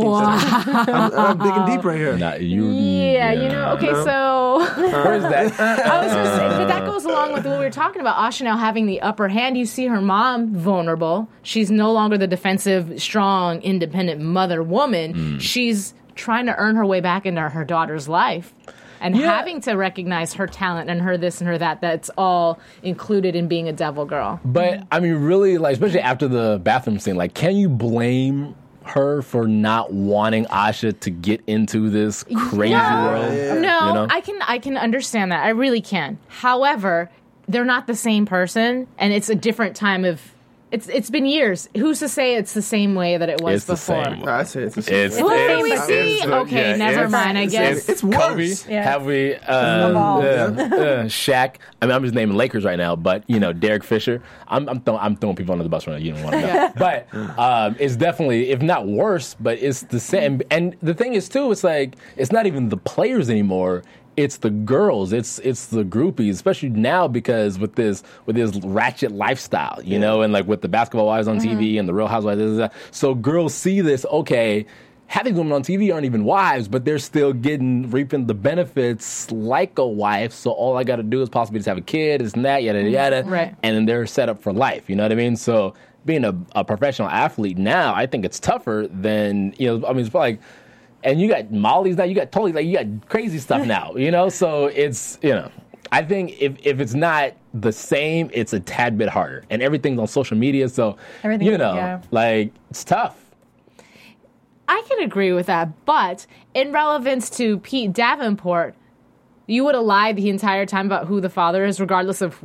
Speaker 4: Wow.
Speaker 6: I'm, I'm digging deep right here.
Speaker 7: Not you.
Speaker 4: Yeah, you know. Okay, so
Speaker 7: Where's that?
Speaker 4: I was gonna say, but that goes along with what we were talking about. Asha now having the upper hand. You see her mom vulnerable. She's no longer the defensive, strong, independent mother woman. She's trying to earn her way back into her daughter's life. And
Speaker 7: Yeah.
Speaker 4: having to recognize her talent and her this and her that, that's all included in being a devil girl.
Speaker 7: But I mean, really, like especially after the bathroom scene, like, can you blame her for not wanting Asha to get into this crazy
Speaker 4: No.
Speaker 7: world?
Speaker 4: No,
Speaker 7: You know?
Speaker 4: I can I can understand that. I really can. However, they're not the same person, and it's a different time of. It's it's been years. Who's to say it's the same way that it was
Speaker 7: It's the
Speaker 4: before?
Speaker 7: same way.
Speaker 6: I say it's a
Speaker 7: It's,
Speaker 4: Well,
Speaker 7: it's,
Speaker 4: can we
Speaker 7: it's-
Speaker 4: see?
Speaker 7: it's-
Speaker 4: Okay,
Speaker 7: yeah,
Speaker 4: never
Speaker 7: it's-
Speaker 4: mind, I guess.
Speaker 6: It's worse.
Speaker 7: Kobe,
Speaker 5: Yeah.
Speaker 7: have we? Uh,
Speaker 5: Evolved.
Speaker 7: uh, uh, Shaq. I mean, I'm just naming Lakers right now, but you know, Derek Fisher. I'm I'm, throw, I'm throwing people under the bus right now. You don't want to know, but um, it's definitely, if not worse, but it's the same. And the thing is, too, it's like it's not even the players anymore. It's the girls. It's it's the groupies, especially now because with this with this ratchet lifestyle, you know, and like with the basketball wives on TV and the Real Housewives. this, that. So girls see this. Okay, having women on TV aren't even wives, but they're still getting reaping the benefits like a wife. So all I got to do is possibly just have a kid, this and that,
Speaker 5: Mm-hmm.
Speaker 7: yada yada,
Speaker 4: Right.
Speaker 7: And then they're set up for life. You know what I mean? So being a, a professional athlete now, I think it's tougher than you know. I mean, it's probably like. And you got Molly's now, you got totally like you got crazy stuff now, you know. So it's you know, I think if if it's not the same, it's a tad bit harder, and everything's on social media, so
Speaker 5: Everything-
Speaker 7: you know,
Speaker 5: yeah.
Speaker 7: like it's tough.
Speaker 4: I can agree with that, but in relevance to Pete Davenport, you would have lied the entire time about who the father is, regardless of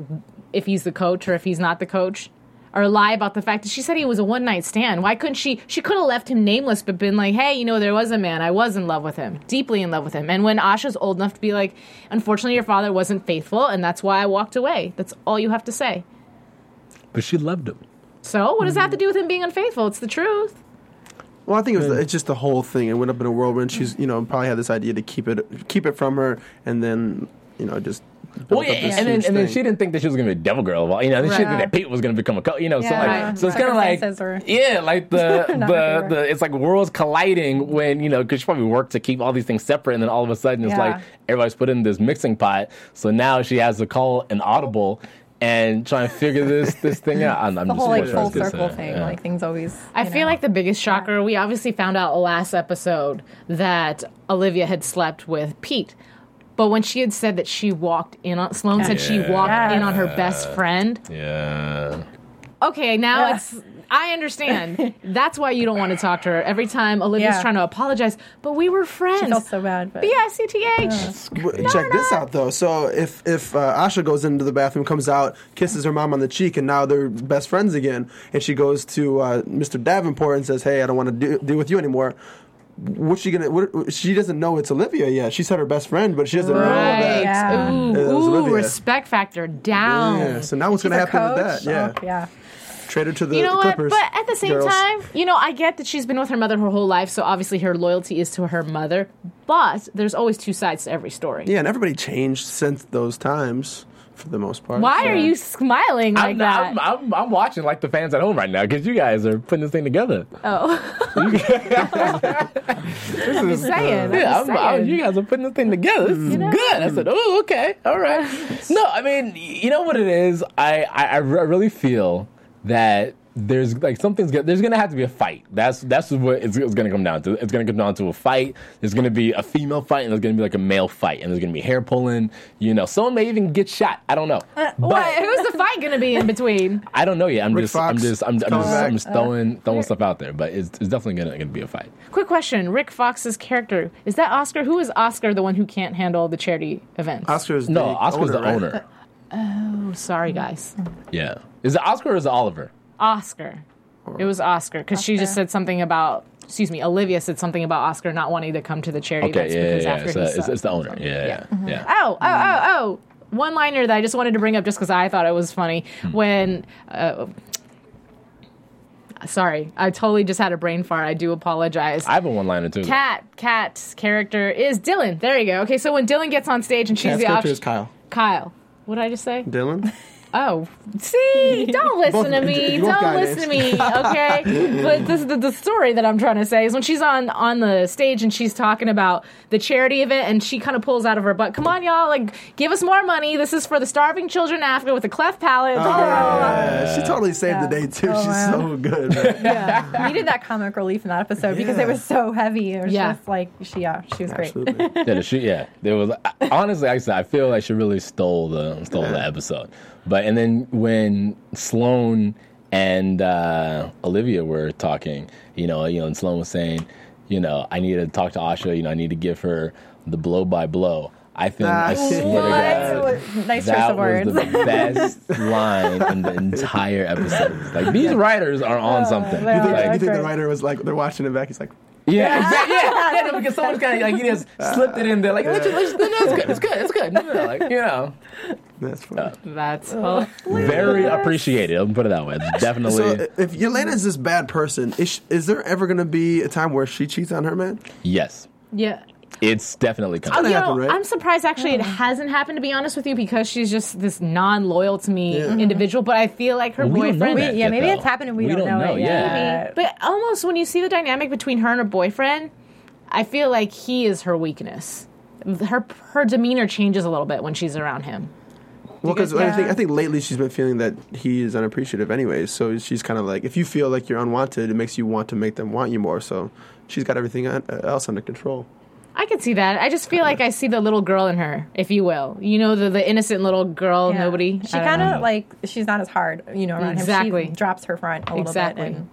Speaker 4: if he's the coach or if he's not the coach. Or lie about the fact that she said he was a one night stand. Why couldn't she? She could have left him nameless, but been like, hey, you know, there was a man. I was in love with him, deeply in love with him. And when Asha's old enough to be like, unfortunately, your father wasn't faithful, and that's why I walked away. That's all you have to say.
Speaker 7: But she loved him.
Speaker 4: So, what does that have to do with him being unfaithful? It's the truth.
Speaker 6: Well, I think it was the, it's just the whole thing. It went up in a whirlwind. She's you know probably had this idea to keep it keep it from her, and then you know just.
Speaker 7: Well,
Speaker 6: built
Speaker 7: yeah,
Speaker 6: up this
Speaker 7: and then,
Speaker 6: huge
Speaker 7: and then
Speaker 6: thing.
Speaker 7: she didn't think that she was gonna be a devil girl. Of all, you know, and she didn't
Speaker 4: Right.
Speaker 7: think that Pete was gonna become a co- you know. So
Speaker 5: Yeah.
Speaker 7: like, so it's kind of like,
Speaker 5: Circumstances were-
Speaker 7: yeah, like the
Speaker 5: Not
Speaker 7: the,
Speaker 5: in
Speaker 7: the
Speaker 5: favor.
Speaker 7: it's like worlds colliding when you know because she probably worked to keep all these things separate, and then all of a sudden it's
Speaker 5: Yeah.
Speaker 7: like everybody's put in this mixing pot. So now she has to call an audible and try and figure this this thing out. I'm, I'm
Speaker 5: The
Speaker 7: just
Speaker 5: whole like
Speaker 7: what I
Speaker 5: full
Speaker 7: was gonna
Speaker 5: circle
Speaker 7: say.
Speaker 5: thing.
Speaker 7: Yeah.
Speaker 5: Like things always.
Speaker 4: I
Speaker 5: you
Speaker 4: feel
Speaker 5: know.
Speaker 4: like the biggest shocker, we obviously found out last episode that Olivia had slept with Pete. But when she had said that she walked in on, Sloan said she
Speaker 7: Yeah.
Speaker 4: walked
Speaker 5: Yeah.
Speaker 4: in on her best friend.
Speaker 7: yeah.
Speaker 4: Okay, now
Speaker 5: Yeah.
Speaker 4: it's, I understand. That's why you don't want to talk to her. Every time Olivia's
Speaker 5: Yeah.
Speaker 4: trying to apologize, but we were friends.
Speaker 5: She felt so bad, but
Speaker 4: BICTH.
Speaker 6: Well, Check this out though. So if if uh, Asha goes into the bathroom, comes out, kisses her mom on the cheek, and now they're best friends again, and she goes to uh, Mr. Davenport and says, "Hey, I don't want to do, deal with you anymore." What's she gonna? What, she doesn't know it's Olivia yet. She said her best friend, but she doesn't know
Speaker 4: Right.
Speaker 6: that.
Speaker 5: Yeah.
Speaker 4: Ooh,
Speaker 6: It was
Speaker 4: ooh,
Speaker 6: Olivia.
Speaker 4: respect factor down.
Speaker 6: Yeah, So now what's
Speaker 5: She's
Speaker 6: gonna
Speaker 5: a
Speaker 6: happen
Speaker 5: coach.
Speaker 6: with that? Yeah.
Speaker 5: Oh, yeah.
Speaker 6: Trade her to the
Speaker 4: you know
Speaker 6: Clippers.
Speaker 4: what? But at the same
Speaker 6: girls.
Speaker 4: time, you know, I get that she's been with her mother her whole life, so obviously her loyalty is to her mother. But there's always two sides to every story.
Speaker 6: yeah, and everybody changed since those times for the most part.
Speaker 4: Why
Speaker 6: So-
Speaker 4: are you smiling like
Speaker 7: I'm,
Speaker 4: that?
Speaker 7: I'm, I'm, I'm watching like the fans at home right now because you guys are putting this thing together.
Speaker 5: Oh.
Speaker 4: Oh, I'm just
Speaker 6: uh,
Speaker 4: saying.
Speaker 7: Yeah,
Speaker 4: I'm
Speaker 7: I'm,
Speaker 4: just
Speaker 7: I'm,
Speaker 4: saying.
Speaker 7: you guys are putting this thing together. This is good. I said, oh, okay, all right. No, I mean, you know what it is. I, I, I re- really feel that there's like something's gonna, there's gonna have to be a fight. That's that's what it's, it's gonna come down to. It's gonna come down to a fight. There's gonna be a female fight, and there's gonna be like a male fight, and there's gonna be hair pulling. You know, someone may even get shot. I don't know.
Speaker 4: What? Who's the fight going to be in between?
Speaker 7: I don't know yet. I'm
Speaker 6: Rick
Speaker 7: just, I'm
Speaker 6: Fox,
Speaker 7: just, I'm, I'm
Speaker 6: coming
Speaker 7: just, I'm
Speaker 6: back.
Speaker 4: Uh,
Speaker 7: just throwing, throwing stuff out there. But it's, it's definitely gonna, gonna be a fight.
Speaker 4: Quick question: Rick Fox's character is that Oscar? Who is Oscar? The one who can't handle the charity events?
Speaker 6: Oscar's
Speaker 7: No,
Speaker 6: the
Speaker 7: Oscar's
Speaker 6: owner,
Speaker 7: the
Speaker 6: right?
Speaker 7: owner.
Speaker 4: Oh,
Speaker 7: Mm-hmm.
Speaker 4: sorry, guys.
Speaker 7: Yeah, is it Oscar or is it Oliver?
Speaker 4: Oscar. It was Oscar because she just
Speaker 5: Oscar.
Speaker 4: said something about. Excuse me, Olivia said something about Oscar not wanting to come to the charity events
Speaker 7: Okay,
Speaker 4: because
Speaker 7: yeah, yeah,
Speaker 4: after
Speaker 7: yeah. It's,
Speaker 4: he
Speaker 7: uh, it's,
Speaker 4: sucked.
Speaker 7: it's the owner. Yeah, yeah,
Speaker 5: Mm-hmm.
Speaker 7: yeah.
Speaker 4: Oh,
Speaker 6: Mm.
Speaker 4: oh, oh, oh. One liner that I just wanted to bring up just because I thought it was funny.
Speaker 6: Hmm.
Speaker 4: When, uh, sorry, I totally just had a brain fart. I do apologize.
Speaker 7: I have a one-liner too.
Speaker 4: Cat, Cat's character is Dylan. There you go. Okay, so when Dylan gets on stage and she's
Speaker 6: Cat's
Speaker 4: the
Speaker 6: character
Speaker 4: option,
Speaker 6: is Kyle.
Speaker 4: Kyle. What did I just say?
Speaker 6: Dylan?
Speaker 4: Oh, see, don't listen
Speaker 6: Both-
Speaker 4: to me.
Speaker 6: you both
Speaker 4: Don't
Speaker 6: got
Speaker 4: listen to
Speaker 6: it.
Speaker 4: me. Okay, but this is the, the story that I'm trying to say is when she's on on the stage and she's talking about the charity event, and she kind of pulls out of her butt, "Come on, y'all, like give us more money. This is for the starving children in Africa with a cleft palate." Blah, blah,
Speaker 6: Oh.
Speaker 4: blah, blah.
Speaker 6: Yeah, she totally saved the day, too. She's so good, man.
Speaker 5: Yeah. Needed that comic relief in that episode because it
Speaker 6: Yeah.
Speaker 5: was so heavy. It was
Speaker 4: Yeah.
Speaker 5: just like she, yeah, she was great.
Speaker 6: Absolutely.
Speaker 7: yeah, the shoot, yeah. There was I- honestly, like I said, I feel like she really stole the stole the episode. But and then when Sloane and uh, Olivia were talking, you know, you know, and Sloane was saying, you know, I need to talk to Asha. You know, I need to give her the blow by blow. I think I
Speaker 6: Ah,
Speaker 7: swear to
Speaker 6: what?
Speaker 7: God,
Speaker 5: What? Nice choice
Speaker 7: that
Speaker 5: of words.
Speaker 7: was the best line in the entire episode. Like these writers are on something.
Speaker 5: well,
Speaker 6: You think,
Speaker 7: Like,
Speaker 6: you think
Speaker 5: okay.
Speaker 6: the writer was like, they're watching it back? He's like,
Speaker 7: yeah, exactly. Yeah, Uh, yeah, no, because someone's kind of like he just slipped it in there. Like, let's just, let's just, no, it's good, it's good, it's good. No, no, no, like, you know,
Speaker 6: that's funny.
Speaker 4: Uh, That's all.
Speaker 7: very appreciated. Let me put it that way. It's Definitely.
Speaker 6: so,
Speaker 5: uh,
Speaker 6: i- if Yelena is this bad person, is, sh is there ever going to be a time where she cheats on her man?
Speaker 7: yes,
Speaker 4: yeah.
Speaker 7: it's definitely coming.
Speaker 6: Kinda
Speaker 4: You
Speaker 6: happened,
Speaker 4: know,
Speaker 6: right?
Speaker 4: I'm surprised actually it hasn't happened to be honest with you because she's just this non-loyal to me
Speaker 6: Yeah.
Speaker 4: individual. But I feel like her
Speaker 7: Well, we don't know
Speaker 4: boyfriend.
Speaker 7: that
Speaker 5: yeah,
Speaker 7: yet,
Speaker 5: maybe
Speaker 7: though.
Speaker 5: it's happened and we don't know it
Speaker 7: Yeah,
Speaker 5: yet.
Speaker 4: Maybe. But almost when you see the dynamic between her and her boyfriend, I feel like he is her weakness. Her her demeanor changes a little bit when she's around him.
Speaker 6: Well, because I
Speaker 5: yeah.
Speaker 6: think I think lately she's been feeling that he is unappreciative, anyways. So she's kind of like, if you feel like you're unwanted, it makes you want to make them want you more. So she's got everything on- else under control.
Speaker 4: I can see that. I just feel like I see the little girl in her, if you will. You know, the, the innocent little girl,
Speaker 5: Yeah.
Speaker 4: nobody.
Speaker 5: She
Speaker 4: I don't
Speaker 5: kind
Speaker 4: know.
Speaker 5: of like she's not as hard, you know, around
Speaker 4: Exactly.
Speaker 5: him. She drops her front a little
Speaker 4: Exactly.
Speaker 5: bit. And,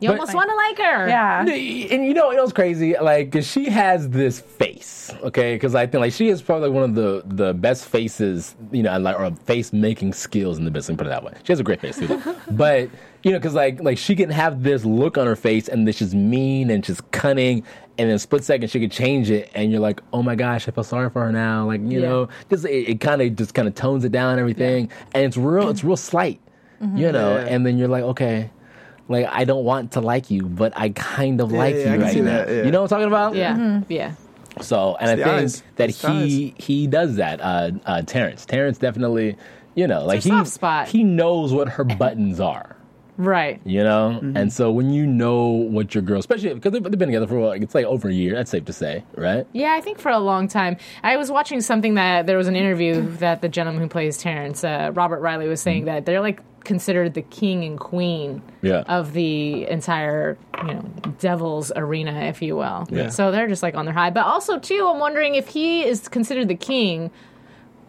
Speaker 4: You almost want to like her.
Speaker 5: yeah.
Speaker 7: And you know, it was crazy. Like, 'cause she has this face, okay? Because I think like she is probably one of the the best faces, you know, and, like or face making skills in the business. Put it that way. She has a great face too, though. but you know, because like like she can have this look on her face, and this is mean and she's cunning, and in a split second she could change it, and you're like, oh my gosh, I feel sorry for her now. Like you
Speaker 4: Yeah.
Speaker 7: know, just it, it kind of just kind of tones it down and everything, and it's real, it's real slight, you know,
Speaker 6: Yeah.
Speaker 7: and then you're like, okay. Like I don't want to like you, but I kind of like
Speaker 6: yeah,
Speaker 7: you
Speaker 6: I can
Speaker 7: right
Speaker 6: see
Speaker 7: now.
Speaker 6: that, yeah.
Speaker 7: You know what I'm talking about? Mm-hmm.
Speaker 4: Yeah. Yeah.
Speaker 5: Mm-hmm.
Speaker 7: So, and
Speaker 6: the
Speaker 7: I think
Speaker 6: eyes.
Speaker 7: that
Speaker 6: It's the
Speaker 7: he he does that. Uh, uh, Terrence, Terrence definitely, you know, like
Speaker 4: her
Speaker 7: he
Speaker 4: soft spot.
Speaker 7: he knows what her buttons are.
Speaker 4: Right.
Speaker 7: You know,
Speaker 6: Mm-hmm.
Speaker 7: and so when you know what your girl, especially because they've, they've been together for a while, like, it's like over a year. That's safe to say, right?
Speaker 4: Yeah, I think for a long time. I was watching something that there was an interview that the gentleman who plays Terrence, uh, Robert Riley, was saying that they're like considered the king and queen
Speaker 7: Yeah.
Speaker 4: of the entire, you know, devil's arena, if you will.
Speaker 7: Yeah.
Speaker 4: So they're just like on their high. But also, too, I'm wondering if he is considered the king,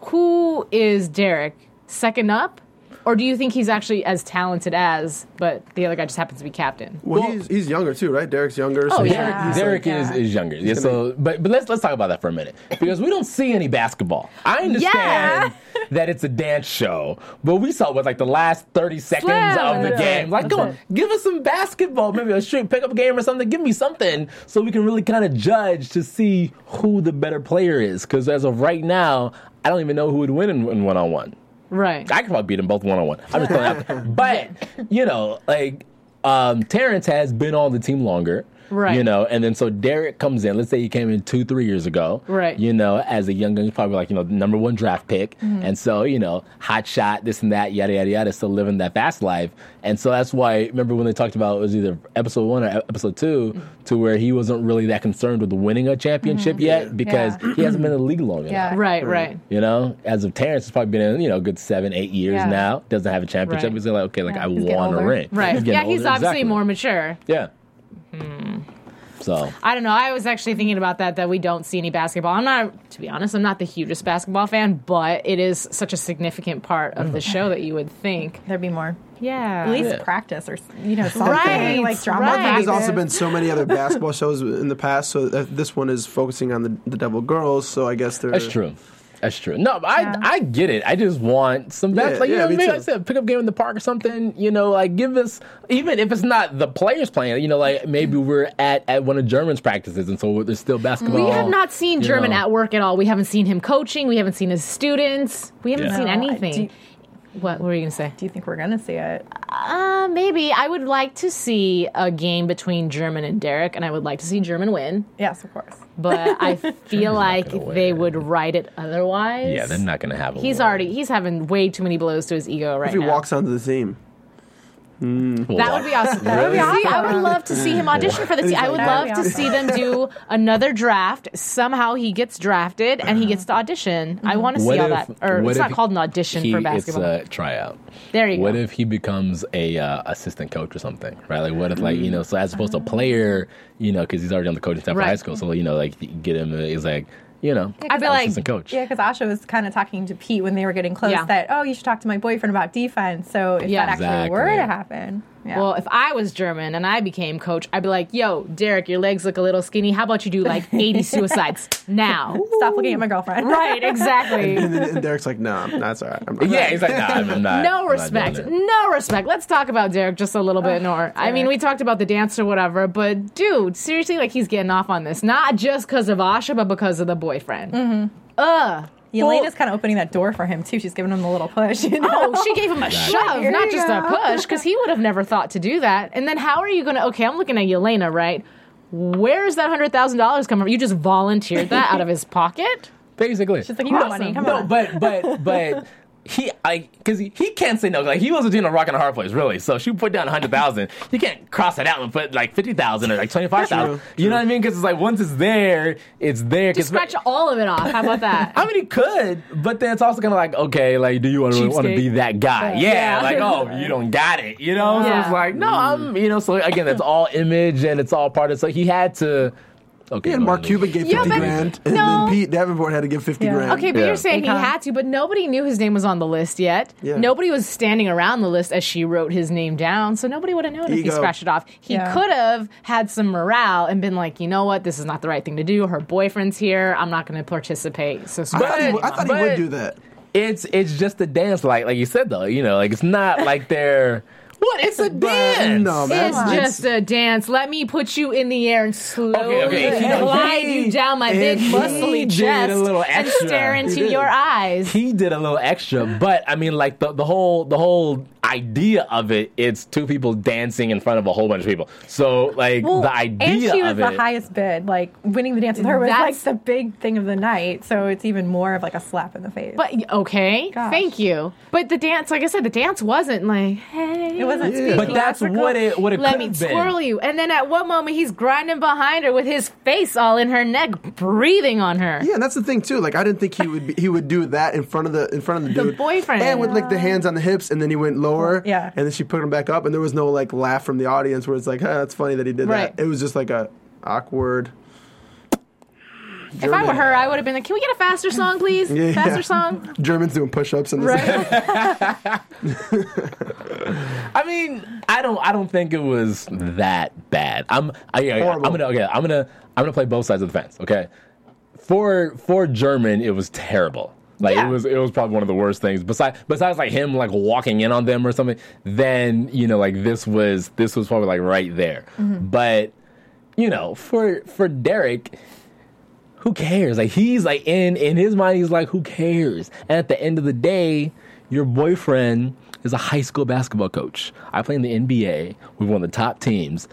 Speaker 4: who is Derek? Second up? Or do you think he's actually as talented as, but the other guy just happens to be captain?
Speaker 6: Well, he's, he's younger too, right? Derek's younger. so
Speaker 4: Oh,
Speaker 6: he's
Speaker 4: yeah.
Speaker 6: like- he's
Speaker 7: Derek
Speaker 6: like-
Speaker 7: is, is younger. Yeah, so, but but let's let's talk about that for a minute because we don't see any basketball. I understand that it's a dance show, but we saw what like the last thirty seconds
Speaker 4: Slam.
Speaker 7: of the
Speaker 4: That's
Speaker 7: game.
Speaker 4: it.
Speaker 7: Like, come on, give us some basketball, maybe a shoot pickup game or something. Give me something so we can really kind of judge to see who the better player is. Because as of right now, I don't even know who would win in one on one.
Speaker 4: Right.
Speaker 7: I could probably beat them both one on one. I'm just throwing it out there. But you know, like um, Terrence has been on the team longer.
Speaker 4: Right.
Speaker 7: You know, and then so Derek comes in. Let's say he came in two, three years ago.
Speaker 4: Right.
Speaker 7: You know, as a young gun, probably like, you know, the number one draft pick. And so, you know, hot shot, this and that, yada, yada, yada, still living that fast life. And so that's why, remember when they talked about it was either episode one or e- episode 2 to where he wasn't really that concerned with winning a championship yet because
Speaker 5: Yeah.
Speaker 7: he hasn't been in the league long enough.
Speaker 5: Yeah.
Speaker 4: Right, right.
Speaker 7: You know, as of Terrence, has probably been in you know a good seven, eight years
Speaker 5: Yeah.
Speaker 7: now. Doesn't have a championship.
Speaker 4: Right.
Speaker 7: He's like, okay, like
Speaker 5: Yeah,
Speaker 7: I
Speaker 5: he's getting
Speaker 7: won a
Speaker 5: older.
Speaker 7: ring.
Speaker 4: Right.
Speaker 7: getting
Speaker 4: yeah, he's
Speaker 7: older,
Speaker 4: obviously
Speaker 7: exactly.
Speaker 4: more Hmm. mature.
Speaker 7: Yeah. So
Speaker 4: I don't know. I was actually thinking about that that we don't see any basketball. I'm not to be honest, I'm not the hugest basketball fan, but it is such a significant part of the show that you would think.
Speaker 5: There'd be more.
Speaker 4: Yeah.
Speaker 5: At least
Speaker 7: Yeah.
Speaker 5: practice or, you know, something
Speaker 4: Right,
Speaker 5: like drama.
Speaker 4: right.
Speaker 5: practice.
Speaker 6: There's also been so many other basketball shows in the past, so th- this one is focusing on the, the Devil Girls. So I guess they're
Speaker 7: that's true. That's true. No, but I I get it. I just want some bas-
Speaker 6: Yeah,
Speaker 7: like you
Speaker 6: yeah,
Speaker 7: know
Speaker 6: me
Speaker 7: maybe
Speaker 6: too.
Speaker 7: like I said pick up game in the park or something. You know, like give us even if it's not the players playing. You know, like maybe we're at at one of German's practices, and so there's still basketball.
Speaker 4: we have not seen
Speaker 7: you
Speaker 4: German
Speaker 7: know.
Speaker 4: at work at all. We haven't seen him coaching. We haven't seen his students. We haven't
Speaker 7: Yeah.
Speaker 4: seen
Speaker 5: No, I- Do
Speaker 4: anything.
Speaker 5: you,
Speaker 4: what, what were you going to say?
Speaker 5: do you think we're going to see it?
Speaker 4: Uh, maybe. I would like to see a game between German and Derek, and I would like to see German win,
Speaker 5: Yes, of course.
Speaker 4: but I feel like
Speaker 7: gonna
Speaker 4: they
Speaker 7: win.
Speaker 4: would write it otherwise.
Speaker 7: Yeah, they're not gonna have. A
Speaker 4: He's
Speaker 7: war.
Speaker 4: already he's having way too many blows to his ego right
Speaker 6: If he
Speaker 4: now.
Speaker 6: walks onto the team,
Speaker 4: that would be awesome. That would be awesome. I would love to see him audition for the team. I would
Speaker 5: That
Speaker 4: love
Speaker 5: would be
Speaker 4: to
Speaker 5: awesome.
Speaker 4: see them do another draft. Somehow he gets drafted and he gets to audition. I want to see all that. Or
Speaker 7: what
Speaker 4: it's not
Speaker 7: if
Speaker 4: called an audition
Speaker 7: he- uh,
Speaker 4: for basketball.
Speaker 7: It's a tryout.
Speaker 4: There you
Speaker 7: what
Speaker 4: go.
Speaker 7: if he becomes a uh, assistant coach or something, right? Like what if like you know, so as opposed to player, you know, because he's already on the coaching staff for
Speaker 4: Mm. Right.
Speaker 7: high school, so you know, like you get him, uh, he's like, you know,
Speaker 4: I'd be like,
Speaker 7: assistant coach.
Speaker 5: Yeah, because Asha was kind of talking to Pete when they were getting close
Speaker 4: Yeah.
Speaker 5: that, oh, you should talk to my boyfriend about defense. So if
Speaker 4: Yeah.
Speaker 5: that actually were
Speaker 7: Exactly.
Speaker 5: to happen, yeah.
Speaker 4: Well, if I was German and I became coach, I'd be like, yo, Derek, your legs look a little skinny. How about you do like 80 suicides now?
Speaker 5: Stop looking at my girlfriend.
Speaker 4: right, exactly.
Speaker 6: and, and Derek's like, "Nah, that's all right." I'm not-
Speaker 7: Yeah, he's like, nah, I'm not.
Speaker 4: No
Speaker 7: I'm not
Speaker 4: respect.
Speaker 7: doing it."
Speaker 4: No respect. Let's talk about Derek just a little bit more. I mean, we talked about the dance or whatever, but dude, seriously, like he's getting off on this. Not just because of Asha, but because of the boyfriend.
Speaker 5: Mm-hmm.
Speaker 4: Ugh.
Speaker 5: Yelena's kind of opening that door for him, too. She's giving him the little push. You know?
Speaker 4: Oh, she gave him a shove,
Speaker 5: Here
Speaker 4: not
Speaker 5: you
Speaker 4: just a
Speaker 5: go.
Speaker 4: push, because he would have never thought to do that. And then how are you going to? Okay, I'm looking at Yelena, right? Where's that hundred thousand dollars coming from? You just volunteered that out of his pocket?
Speaker 7: Basically,
Speaker 5: She's like, you got money. Come
Speaker 7: no,
Speaker 5: on.
Speaker 7: but but but he I because he, he can't say no. Like he wasn't doing a rock and a hard place really. So she put down a hundred thousand. You can't cross it out and put like fifty thousand or like twenty five thousand. You know what I mean? Because it's like once it's there, it's there.
Speaker 4: Just scratch all of it off. How about that?
Speaker 7: I mean, he could, but then it's also kind of like, okay, like, do you want to want to
Speaker 4: Cheapskate.
Speaker 7: be that guy? Yeah,
Speaker 4: Yeah.
Speaker 7: like, oh, you don't got it, you know? So
Speaker 4: Yeah. Mm.
Speaker 7: it's like, no, I'm, you know. So again, it's all image and it's all part of. So he had to. Okay,
Speaker 6: Yeah, and Mark Cuban gave
Speaker 4: Yeah,
Speaker 6: fifty
Speaker 4: but
Speaker 6: grand, and
Speaker 4: no.
Speaker 6: then Pete Davenport had to give fifty
Speaker 5: Yeah.
Speaker 6: grand.
Speaker 4: Okay, but
Speaker 7: Yeah.
Speaker 4: you're saying he
Speaker 5: Akon.
Speaker 4: had to, but nobody knew his name was on the list yet.
Speaker 6: Yeah.
Speaker 4: Nobody was standing around the list as she wrote his name down, so nobody would have known if he
Speaker 6: Ego.
Speaker 4: scratched it off. He
Speaker 5: Yeah.
Speaker 4: could have had some morale and been like, you know what, this is not the right thing to do. Her boyfriend's here. I'm not going to participate. So
Speaker 6: I thought,
Speaker 4: scratch
Speaker 6: he,
Speaker 4: it.
Speaker 6: would- I thought he
Speaker 7: But-
Speaker 6: would do that.
Speaker 7: it's it's just a dance like like you said though you know like it's not like they're what it's a dance
Speaker 6: no, man.
Speaker 4: It's
Speaker 6: That's-
Speaker 4: just a dance. Let me put you in the air and slowly
Speaker 7: Okay, okay. He-
Speaker 4: glide
Speaker 7: he-
Speaker 4: you down my big
Speaker 7: he
Speaker 4: muscly
Speaker 7: did a
Speaker 4: chest
Speaker 7: little
Speaker 4: and
Speaker 7: extra.
Speaker 4: stare
Speaker 7: He
Speaker 4: into
Speaker 7: did.
Speaker 4: your eyes.
Speaker 7: he did a little extra but i mean like the, the whole the whole idea of it it's two people dancing in front of a whole bunch of people so like
Speaker 5: Well,
Speaker 7: the idea
Speaker 5: and she was
Speaker 7: of
Speaker 5: the
Speaker 7: it
Speaker 5: highest bid. Like winning the dance with her was
Speaker 4: That's-
Speaker 5: like the big thing of the night. So it's even more of like a slap in the face.
Speaker 4: But okay,
Speaker 5: Gosh.
Speaker 4: thank you. But the dance, like I said, the dance wasn't like hey.
Speaker 5: it
Speaker 6: Yeah.
Speaker 5: wasn't. speaking
Speaker 7: but that's
Speaker 5: classical.
Speaker 7: what it what it
Speaker 4: Let
Speaker 7: could
Speaker 4: me
Speaker 7: have
Speaker 4: twirl
Speaker 7: been
Speaker 4: you. And then at one moment, he's grinding behind her with his face all in her neck, breathing on her.
Speaker 6: Yeah, and that's the thing too. Like I didn't think he would be, he would do that in front of the in front of the,
Speaker 4: The
Speaker 6: dude.
Speaker 4: boyfriend.
Speaker 6: and with like the hands on the hips, and then he went lower.
Speaker 5: Yeah.
Speaker 6: and then she put him back up, and there was no like laugh from the audience where it's like, "Huh, it's funny that he did
Speaker 4: Right.
Speaker 6: that." It was just like a awkward.
Speaker 4: if I were her, I would have been like, "Can we get a faster song, please?
Speaker 6: yeah.
Speaker 4: faster song."
Speaker 6: Germans doing push-ups and
Speaker 4: Right?
Speaker 7: i mean i don't i don't think it was that bad i'm I, I, i'm
Speaker 6: Horrible.
Speaker 7: gonna okay i'm gonna i'm gonna play both sides of the fence okay for for German, it was terrible. Like
Speaker 4: Yeah.
Speaker 7: it was it was probably one of the worst things. Besides besides like him like walking in on them or something, then you know like this was this was probably like right there. But you know for for Derek. Who cares? Like he's like in in his mind, he's like, who cares? And at the end of the day, Your boyfriend is a high school basketball coach. I play in the NBA with one of the top teams,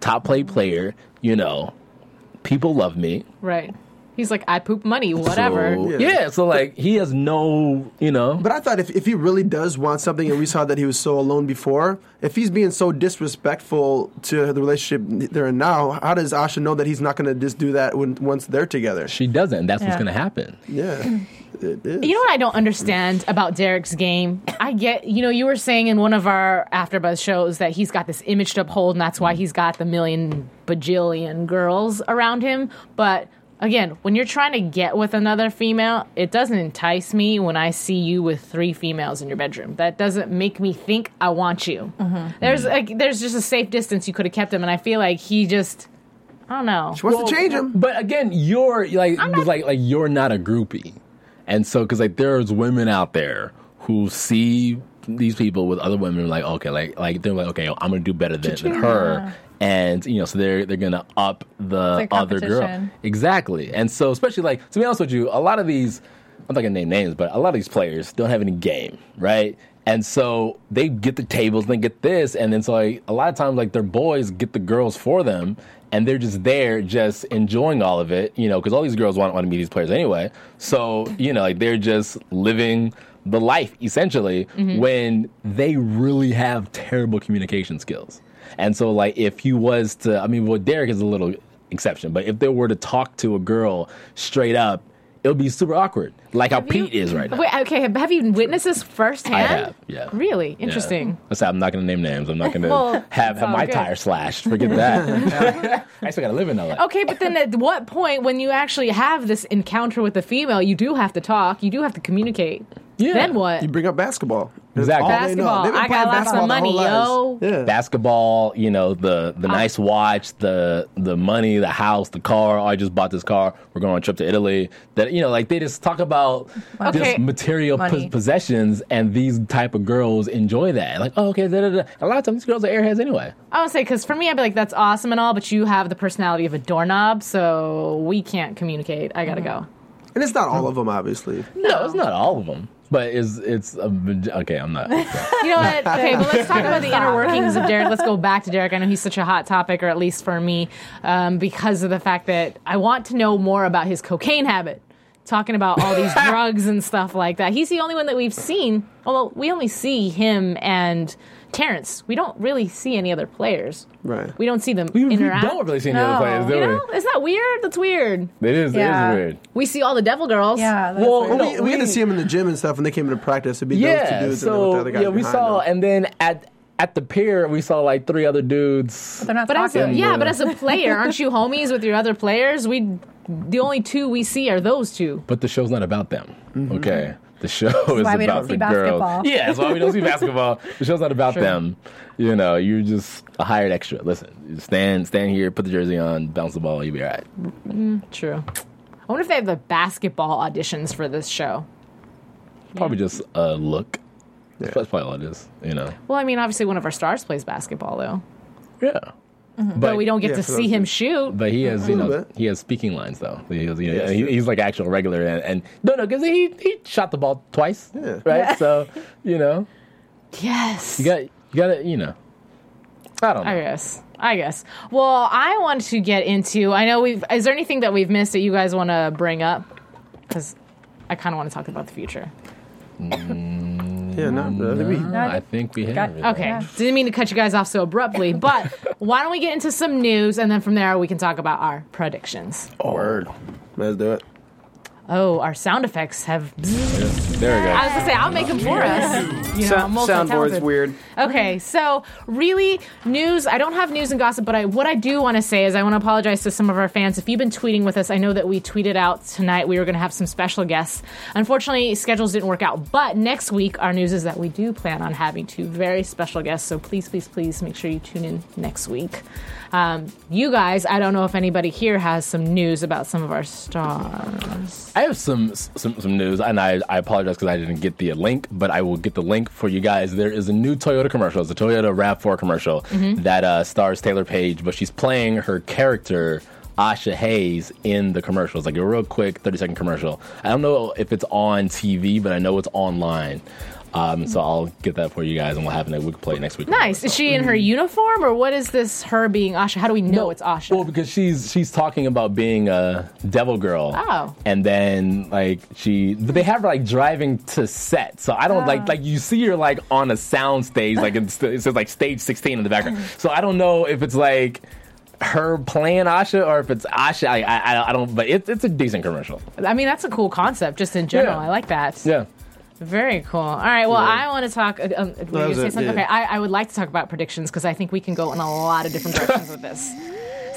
Speaker 7: top play player. You know, people love me.
Speaker 4: Right. He's like, I poop money, whatever.
Speaker 7: So, yeah.
Speaker 6: Yeah.
Speaker 7: so like he has no, you know.
Speaker 6: But I thought if, if he really does want something, and we saw that he was so alone before, if he's being so disrespectful to the relationship they're in now, how does Asha know that he's not going to just do that when once they're together?
Speaker 7: She doesn't. and That's what's
Speaker 5: Yeah.
Speaker 7: going to happen.
Speaker 6: Yeah, it is.
Speaker 4: Hmm. You know what I don't understand about Derek's game? I get, you know, you were saying in one of our AfterBuzz shows that he's got this image to uphold, and that's why he's got the million bajillion girls around him. But again, when you're trying to get with another female, it doesn't entice me when I see you with three females in your bedroom. That doesn't make me think I want you.
Speaker 7: Mm-hmm.
Speaker 4: There's like, there's just a safe distance you could have kept him, and I feel like he just, I don't know.
Speaker 6: she wants to change him.
Speaker 7: But again, you're like like like you're not a groupie, and so because like there's women out there who see these people with other women like okay like like they're like okay I'm gonna do better than, than her. And you know, so they're they're gonna up the
Speaker 5: It's like
Speaker 7: other girl
Speaker 5: competition.
Speaker 7: exactly. And so, especially like to be honest with you, a lot of these I'm not gonna name names, but a lot of these players don't have any game, right? And so they get the tables, and they get this, and then so like a lot of times like their boys get the girls for them, and they're just there, just enjoying all of it, you know, because all these girls want, want to be these players anyway. So you know, like they're just living the life essentially
Speaker 5: Mm-hmm.
Speaker 7: when they really have terrible communication skills. And so like if he was to, I mean, well, Derek is a little exception, but if they were to talk to a girl straight up, it would be super awkward, like how Pete is right now.
Speaker 4: Wait, okay, have you witnessed this firsthand?
Speaker 7: I have, yeah.
Speaker 4: Really?
Speaker 7: Yeah.
Speaker 4: Interesting.
Speaker 7: I said I'm not going to name names. I'm not going to
Speaker 4: Well,
Speaker 7: have,
Speaker 4: it's
Speaker 7: have
Speaker 4: all
Speaker 7: my
Speaker 4: good.
Speaker 7: tire slashed. Forget that. I still got to live in LA.
Speaker 4: Okay, but then at what point when you actually have this encounter with a female, you do have to talk, you do have to communicate.
Speaker 7: Yeah.
Speaker 4: Then what?
Speaker 6: You bring up basketball. That's
Speaker 7: Exactly.
Speaker 6: all they know.
Speaker 4: Basketball.
Speaker 6: They've been
Speaker 4: I
Speaker 6: playing
Speaker 4: got lots of
Speaker 6: basketball their
Speaker 4: money,
Speaker 6: whole
Speaker 4: yo.
Speaker 6: lives. Yeah.
Speaker 7: Basketball, you know the the nice watch, the the money, the house, the car. Oh, I just bought this car. We're going on a trip to Italy. That you know, like they just talk about
Speaker 4: Okay.
Speaker 7: just material
Speaker 5: Money.
Speaker 7: pos- possessions, and these type of girls enjoy that. Like, oh, okay, da, da, da. a lot of times these girls are airheads anyway.
Speaker 4: I would say because for me, I'd be like, that's awesome and all, but you have the personality of a doorknob, so we can't communicate. I gotta go.
Speaker 6: And it's not all of them, obviously.
Speaker 7: No, it's not all of them, but it's it's a, maj- okay. I'm not.
Speaker 4: You know what? Okay, but let's talk about the inner workings of Derek. Let's go back to Derek. I know he's such a hot topic, or at least for me, um, because of the fact that I want to know more about his cocaine habit. Talking about all these drugs and stuff like that. He's the only one that we've seen. Although we only see him and Terrence. We don't really see any other players.
Speaker 6: Right.
Speaker 4: We don't see them
Speaker 7: We, we
Speaker 4: interact.
Speaker 7: don't really see any other
Speaker 5: No.
Speaker 7: players, do
Speaker 4: you
Speaker 7: we?
Speaker 4: know? Isn't that weird? That's weird.
Speaker 7: It is.
Speaker 5: Yeah.
Speaker 7: It is weird.
Speaker 4: We see all the devil girls.
Speaker 5: Yeah. that's
Speaker 7: Well,
Speaker 5: weird.
Speaker 6: Well,
Speaker 7: No,
Speaker 6: we, we get to
Speaker 7: we-
Speaker 6: see them in the gym and stuff, and they came into practice. It'd be those two
Speaker 7: Yeah.
Speaker 6: dudes and then with the
Speaker 7: So
Speaker 6: other guys
Speaker 7: yeah, we
Speaker 6: behind
Speaker 7: saw,
Speaker 6: them.
Speaker 7: and then at at the pier, we saw like three other dudes.
Speaker 5: They're not
Speaker 4: But as a,
Speaker 5: talking.
Speaker 4: yeah,
Speaker 7: bro.
Speaker 4: but as a player, aren't you homies with your other players? We, the only two we see are those two.
Speaker 7: But the show's not about them. Okay. The show is
Speaker 5: why
Speaker 7: about
Speaker 5: we don't
Speaker 7: the
Speaker 5: see
Speaker 7: girls.
Speaker 5: basketball.
Speaker 7: Yeah, that's why we don't see basketball. The show's not about them. You know, you're just a hired extra. Listen, you stand stand here, put the jersey on, bounce the ball, you'll be all right.
Speaker 4: True. I wonder if they have the basketball auditions for this show.
Speaker 7: Probably just a look. That's probably all it is. You know.
Speaker 4: Well, I mean, obviously one of our stars plays basketball, though.
Speaker 7: Yeah.
Speaker 4: But we don't get
Speaker 6: yeah,
Speaker 4: to
Speaker 6: for
Speaker 4: see
Speaker 6: those
Speaker 4: him
Speaker 6: two.
Speaker 4: shoot.
Speaker 7: But he has, you
Speaker 6: little
Speaker 7: know,
Speaker 6: bit.
Speaker 7: he has speaking lines though. He has, you know,
Speaker 6: Yeah,
Speaker 7: he-
Speaker 6: sure.
Speaker 7: he's like actual regular, and, and no, no, because he he shot the ball twice, right? So you know,
Speaker 4: Yes.
Speaker 7: you got you got to you know, I don't know.
Speaker 4: I guess. I guess. Well, I want to get into. I know we've. Is there anything that we've missed that you guys want to bring up? Because I kind of want to talk about the future.
Speaker 6: Yeah, no, bro. I think we-
Speaker 7: I think we have. it.
Speaker 4: Okay. Didn't mean to cut you guys off so abruptly, but why don't we get into some news and then from there we can talk about our predictions.
Speaker 6: Word. Let's do it.
Speaker 4: Oh, our sound effects have.
Speaker 7: There we go.
Speaker 4: I was gonna say I'll make them for us. You know, I'm multi-talented.
Speaker 8: soundboard's weird.
Speaker 4: Okay, so really, news. I don't have news and gossip, but I, what I do want to say is I want to apologize to some of our fans. If you've been tweeting with us, I know that we tweeted out tonight we were going to have some special guests. Unfortunately, schedules didn't work out, but next week our news is that we do plan on having two very special guests. So please, please, please make sure you tune in next week. Um, you guys, I don't know if anybody here has some news about some of our stars.
Speaker 7: I have some some, some news, and I, I apologize because I didn't get the link, but I will get the link for you guys. There is a new Toyota commercial. It's a Toyota Rav4 commercial
Speaker 4: Mm-hmm.
Speaker 7: that uh, stars Taylor Page, but she's playing her character Asha Hayes in the commercial. It's like a real quick thirty second commercial. I don't know if it's on TV, but I know it's online. Um, so I'll get that for you guys, and we'll have it. We can play it next week.
Speaker 4: Nice. Is she in her uniform, or what is this? Her being Asha? How do we know it's Asha?
Speaker 7: Well, because she's she's talking about being a devil girl.
Speaker 4: Oh.
Speaker 7: And then like she but they have her like driving to set. So I don't
Speaker 4: Oh.
Speaker 7: like like you see her like on a sound stage, like it's, it says like stage sixteen in the background. So I don't know if it's like her playing Asha or if it's Asha. I I, I- I don't but it, it's a decent commercial.
Speaker 4: I mean, that's a cool concept, just in general.
Speaker 7: Yeah.
Speaker 4: I like that.
Speaker 7: Yeah.
Speaker 4: Very cool. All right. Well, I want to talk. Um, were you gonna
Speaker 6: was
Speaker 4: say
Speaker 6: it,
Speaker 4: something?
Speaker 6: yeah.
Speaker 4: Okay. I, I would like to talk about predictions because I think we can go in a lot of different directions with this.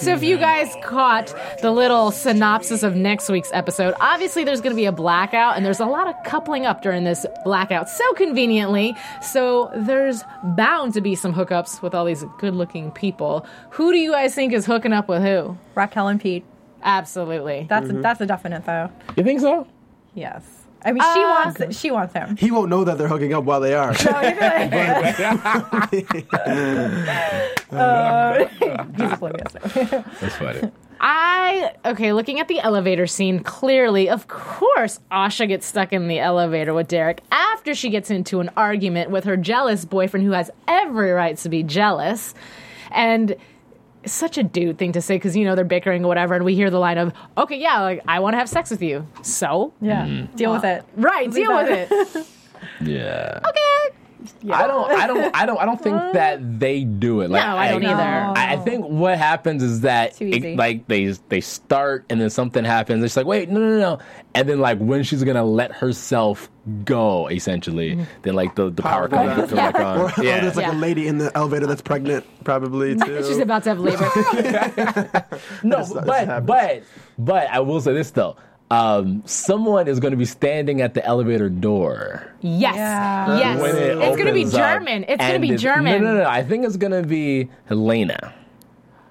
Speaker 4: So, if you guys caught the little synopsis of next week's episode, obviously there's going to be a blackout, and there's a lot of coupling up during this blackout so conveniently. So, there's bound to be some hookups with all these good looking people. Who do you guys think is hooking up with who?
Speaker 5: Raquel and Pete.
Speaker 4: Absolutely.
Speaker 5: That's a, that's a definite though.
Speaker 7: You think so?
Speaker 5: Yes. I mean, she wants she wants him.
Speaker 6: He won't know that they're hooking up while they are.
Speaker 5: Uh, He's oblivious.
Speaker 7: That's funny.
Speaker 4: I okay, looking at the elevator scene, clearly, of course, Asha gets stuck in the elevator with Derek after she gets into an argument with her jealous boyfriend who has every right to be jealous. And it's such a dude thing to say because you know they're bickering or whatever, and we hear the line of, okay, yeah, like I want to have sex with you. So
Speaker 5: yeah. Deal with it.
Speaker 4: Right, deal with it.
Speaker 7: Yeah.
Speaker 4: Okay.
Speaker 7: I don't I don't I don't I don't think that they do it. Like,
Speaker 4: No, I don't either.
Speaker 7: I, I think what happens is that
Speaker 5: Too
Speaker 7: it-
Speaker 5: easy.
Speaker 7: like they they start and then something happens. It's like wait no no no, and then like when she's gonna let herself go essentially, then like the, the power
Speaker 6: Power
Speaker 7: comes back
Speaker 6: Or,
Speaker 7: on. yeah.
Speaker 6: or Oh, there's like
Speaker 4: Mm-hmm. Yeah.
Speaker 6: a lady in the elevator that's pregnant, probably too.
Speaker 4: She's about to have labor.
Speaker 7: no,
Speaker 6: This- this
Speaker 7: but
Speaker 6: happens.
Speaker 7: but but I will say this though, um, someone is gonna be standing at the elevator door.
Speaker 4: Yes.
Speaker 5: Yeah.
Speaker 4: Yes.
Speaker 7: when it
Speaker 4: it's going to be
Speaker 7: opens up,
Speaker 4: German. It's going to
Speaker 7: and
Speaker 4: be German.
Speaker 7: No, no, no. I think it's gonna be Helena.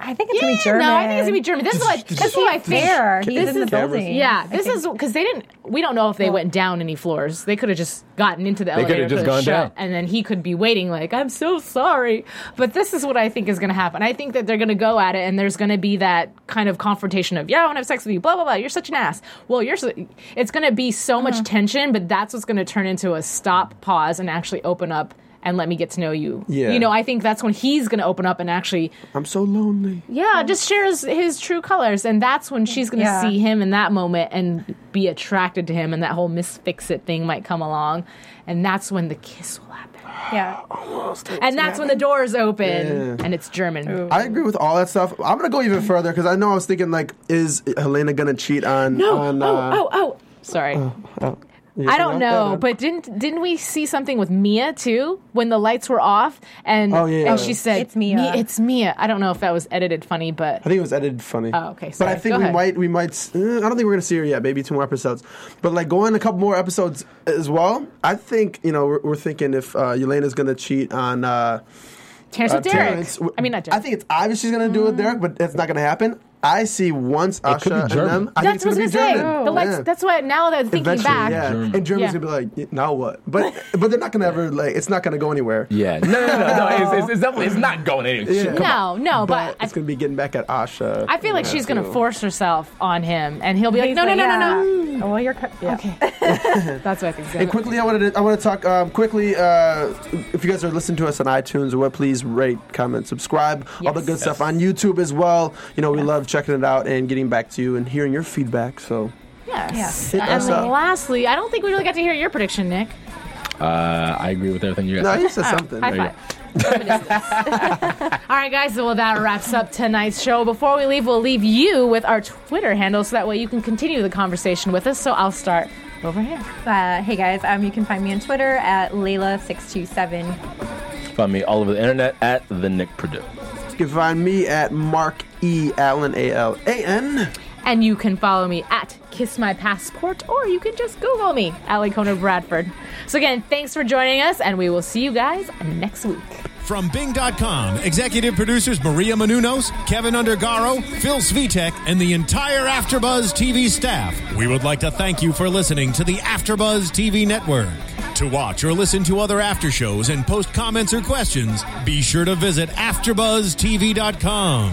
Speaker 5: I think it's
Speaker 4: Yeah,
Speaker 5: gonna be German.
Speaker 4: No, I think it's gonna be German. This is what this is what I think.
Speaker 5: Fair. He's
Speaker 4: This
Speaker 5: in the
Speaker 4: is-
Speaker 5: building.
Speaker 4: Yeah,
Speaker 5: I
Speaker 4: this
Speaker 5: think-
Speaker 4: is because they didn't. We don't know if they went down any floors. They could have just gotten into the
Speaker 7: could
Speaker 4: elevator,
Speaker 7: have just
Speaker 4: for
Speaker 7: gone
Speaker 4: the
Speaker 7: down.
Speaker 4: shut, and then he could be waiting. Like, I'm so sorry, but this is what I think is going to happen. I think that they're going to go at it, and there's going to be that kind of confrontation of, "Yeah, I want to have sex with you." Blah blah blah. You're such an ass. Well, you're. So, it's going to be so
Speaker 5: Uh-huh.
Speaker 4: much tension, but that's what's going to turn into a stop, pause, and actually open up. And let me get to know you.
Speaker 6: Yeah.
Speaker 4: You know, I think that's when he's going to open up and actually
Speaker 6: I'm so lonely.
Speaker 4: yeah, just shares his true colors, and that's when she's going to
Speaker 5: Um, Yeah.
Speaker 4: see him in that moment and be attracted to him, and that whole misfix it thing might come along, and that's when the kiss will happen,
Speaker 5: Oh, Yeah.
Speaker 4: and that's when the doors open, and it's German.
Speaker 5: Oh.
Speaker 6: I agree with all that stuff. I'm gonna go even further because I know I was thinking like, is Helena gonna cheat on?
Speaker 4: No,
Speaker 6: on,
Speaker 4: oh,
Speaker 6: uh, oh,
Speaker 4: oh, oh, sorry. I
Speaker 6: no, go
Speaker 4: don't know,
Speaker 6: ahead.
Speaker 4: but didn't didn't we see something with Mia too when the lights were off and
Speaker 6: Oh, yeah, yeah.
Speaker 4: and she said
Speaker 5: It's Mia.
Speaker 4: "Me- it's Mia. I don't know if that was edited funny, but
Speaker 6: I think it was edited funny.
Speaker 4: Oh, okay,
Speaker 6: But I
Speaker 4: sorry.
Speaker 6: think
Speaker 4: Go
Speaker 6: we
Speaker 4: ahead.
Speaker 6: might, we might. s- eh, I don't think we're gonna see her yet. Maybe two more episodes. But like going a couple more episodes as well. I think you know we're, we're thinking if uh, Elena's gonna cheat on. Uh,
Speaker 4: Terrence with
Speaker 6: uh,
Speaker 4: Oh, Derek.
Speaker 6: Terrence w-
Speaker 4: I mean not Derek.
Speaker 6: I think it's obvious she's gonna do it with Derek, but it's not gonna happen. I see once Asha
Speaker 7: could be
Speaker 6: and
Speaker 7: German.
Speaker 6: them. I
Speaker 4: that's what I
Speaker 6: think it's
Speaker 4: was gonna
Speaker 6: gonna be
Speaker 4: say.
Speaker 6: German.
Speaker 4: The lights.
Speaker 6: Yeah.
Speaker 4: That's why now that I'm thinking
Speaker 6: Eventually,
Speaker 4: back,
Speaker 6: yeah.
Speaker 7: German.
Speaker 6: And Germany's
Speaker 4: Yeah.
Speaker 6: gonna be like, "Y- now what? But but they're not gonna ever like. It's not gonna go anywhere.
Speaker 7: Yeah. No, no, no, no. It's, it's, it's, definitely, it's not going anywhere. Shit,
Speaker 6: Yeah.
Speaker 7: come on.
Speaker 4: No, no,
Speaker 6: But
Speaker 4: but,
Speaker 6: it's gonna be getting back at Asha.
Speaker 4: I, I feel like she's going to
Speaker 6: too.
Speaker 4: force herself on him, and he'll be like,
Speaker 5: He's
Speaker 4: no, no,
Speaker 5: like,
Speaker 4: no, no, no.
Speaker 5: yeah. Oh, Well, you're. cu- Yeah. Okay.
Speaker 4: That's what I think.
Speaker 6: And
Speaker 4: Hey,
Speaker 6: quickly, I wanted to, I want to talk um, quickly. Uh, if you guys are listening to us on iTunes or what, please rate, comment, subscribe, all the
Speaker 4: Yes.
Speaker 6: good stuff on YouTube as well. You know, we love checking it out and getting back to you and hearing your feedback. So
Speaker 4: yes.
Speaker 6: Hit
Speaker 4: And
Speaker 6: us up.
Speaker 4: lastly, I don't think we really got to hear your prediction, Nick.
Speaker 7: Uh, I agree with everything you guys
Speaker 6: no,
Speaker 7: said.
Speaker 6: you said something.
Speaker 4: Oh, High
Speaker 7: you
Speaker 4: five. All right, guys. So well, that wraps up tonight's show. Before we leave, we'll leave you with our Twitter handle, so that way you can continue the conversation with us. So I'll start over here.
Speaker 5: Uh, hey guys, um, you can find me on Twitter at Layla627.
Speaker 7: Find me all over the internet at the Nick Purdue.
Speaker 6: You can find me at Mark E Allen A L A N.
Speaker 4: And you can follow me at Kiss My Passport, or you can just Google me, Allie Kona Bradford. So again, thanks for joining us, and we will see you guys next week.
Speaker 3: From Bing.com, executive producers Maria Manunos, Kevin Undergaro, Phil Svitek, and the entire Afterbuzz TV staff. We would like to thank you for listening to the Afterbuzz TV network. To watch or listen to other after shows and post comments or questions, be sure to visit AfterbuzzTV.com.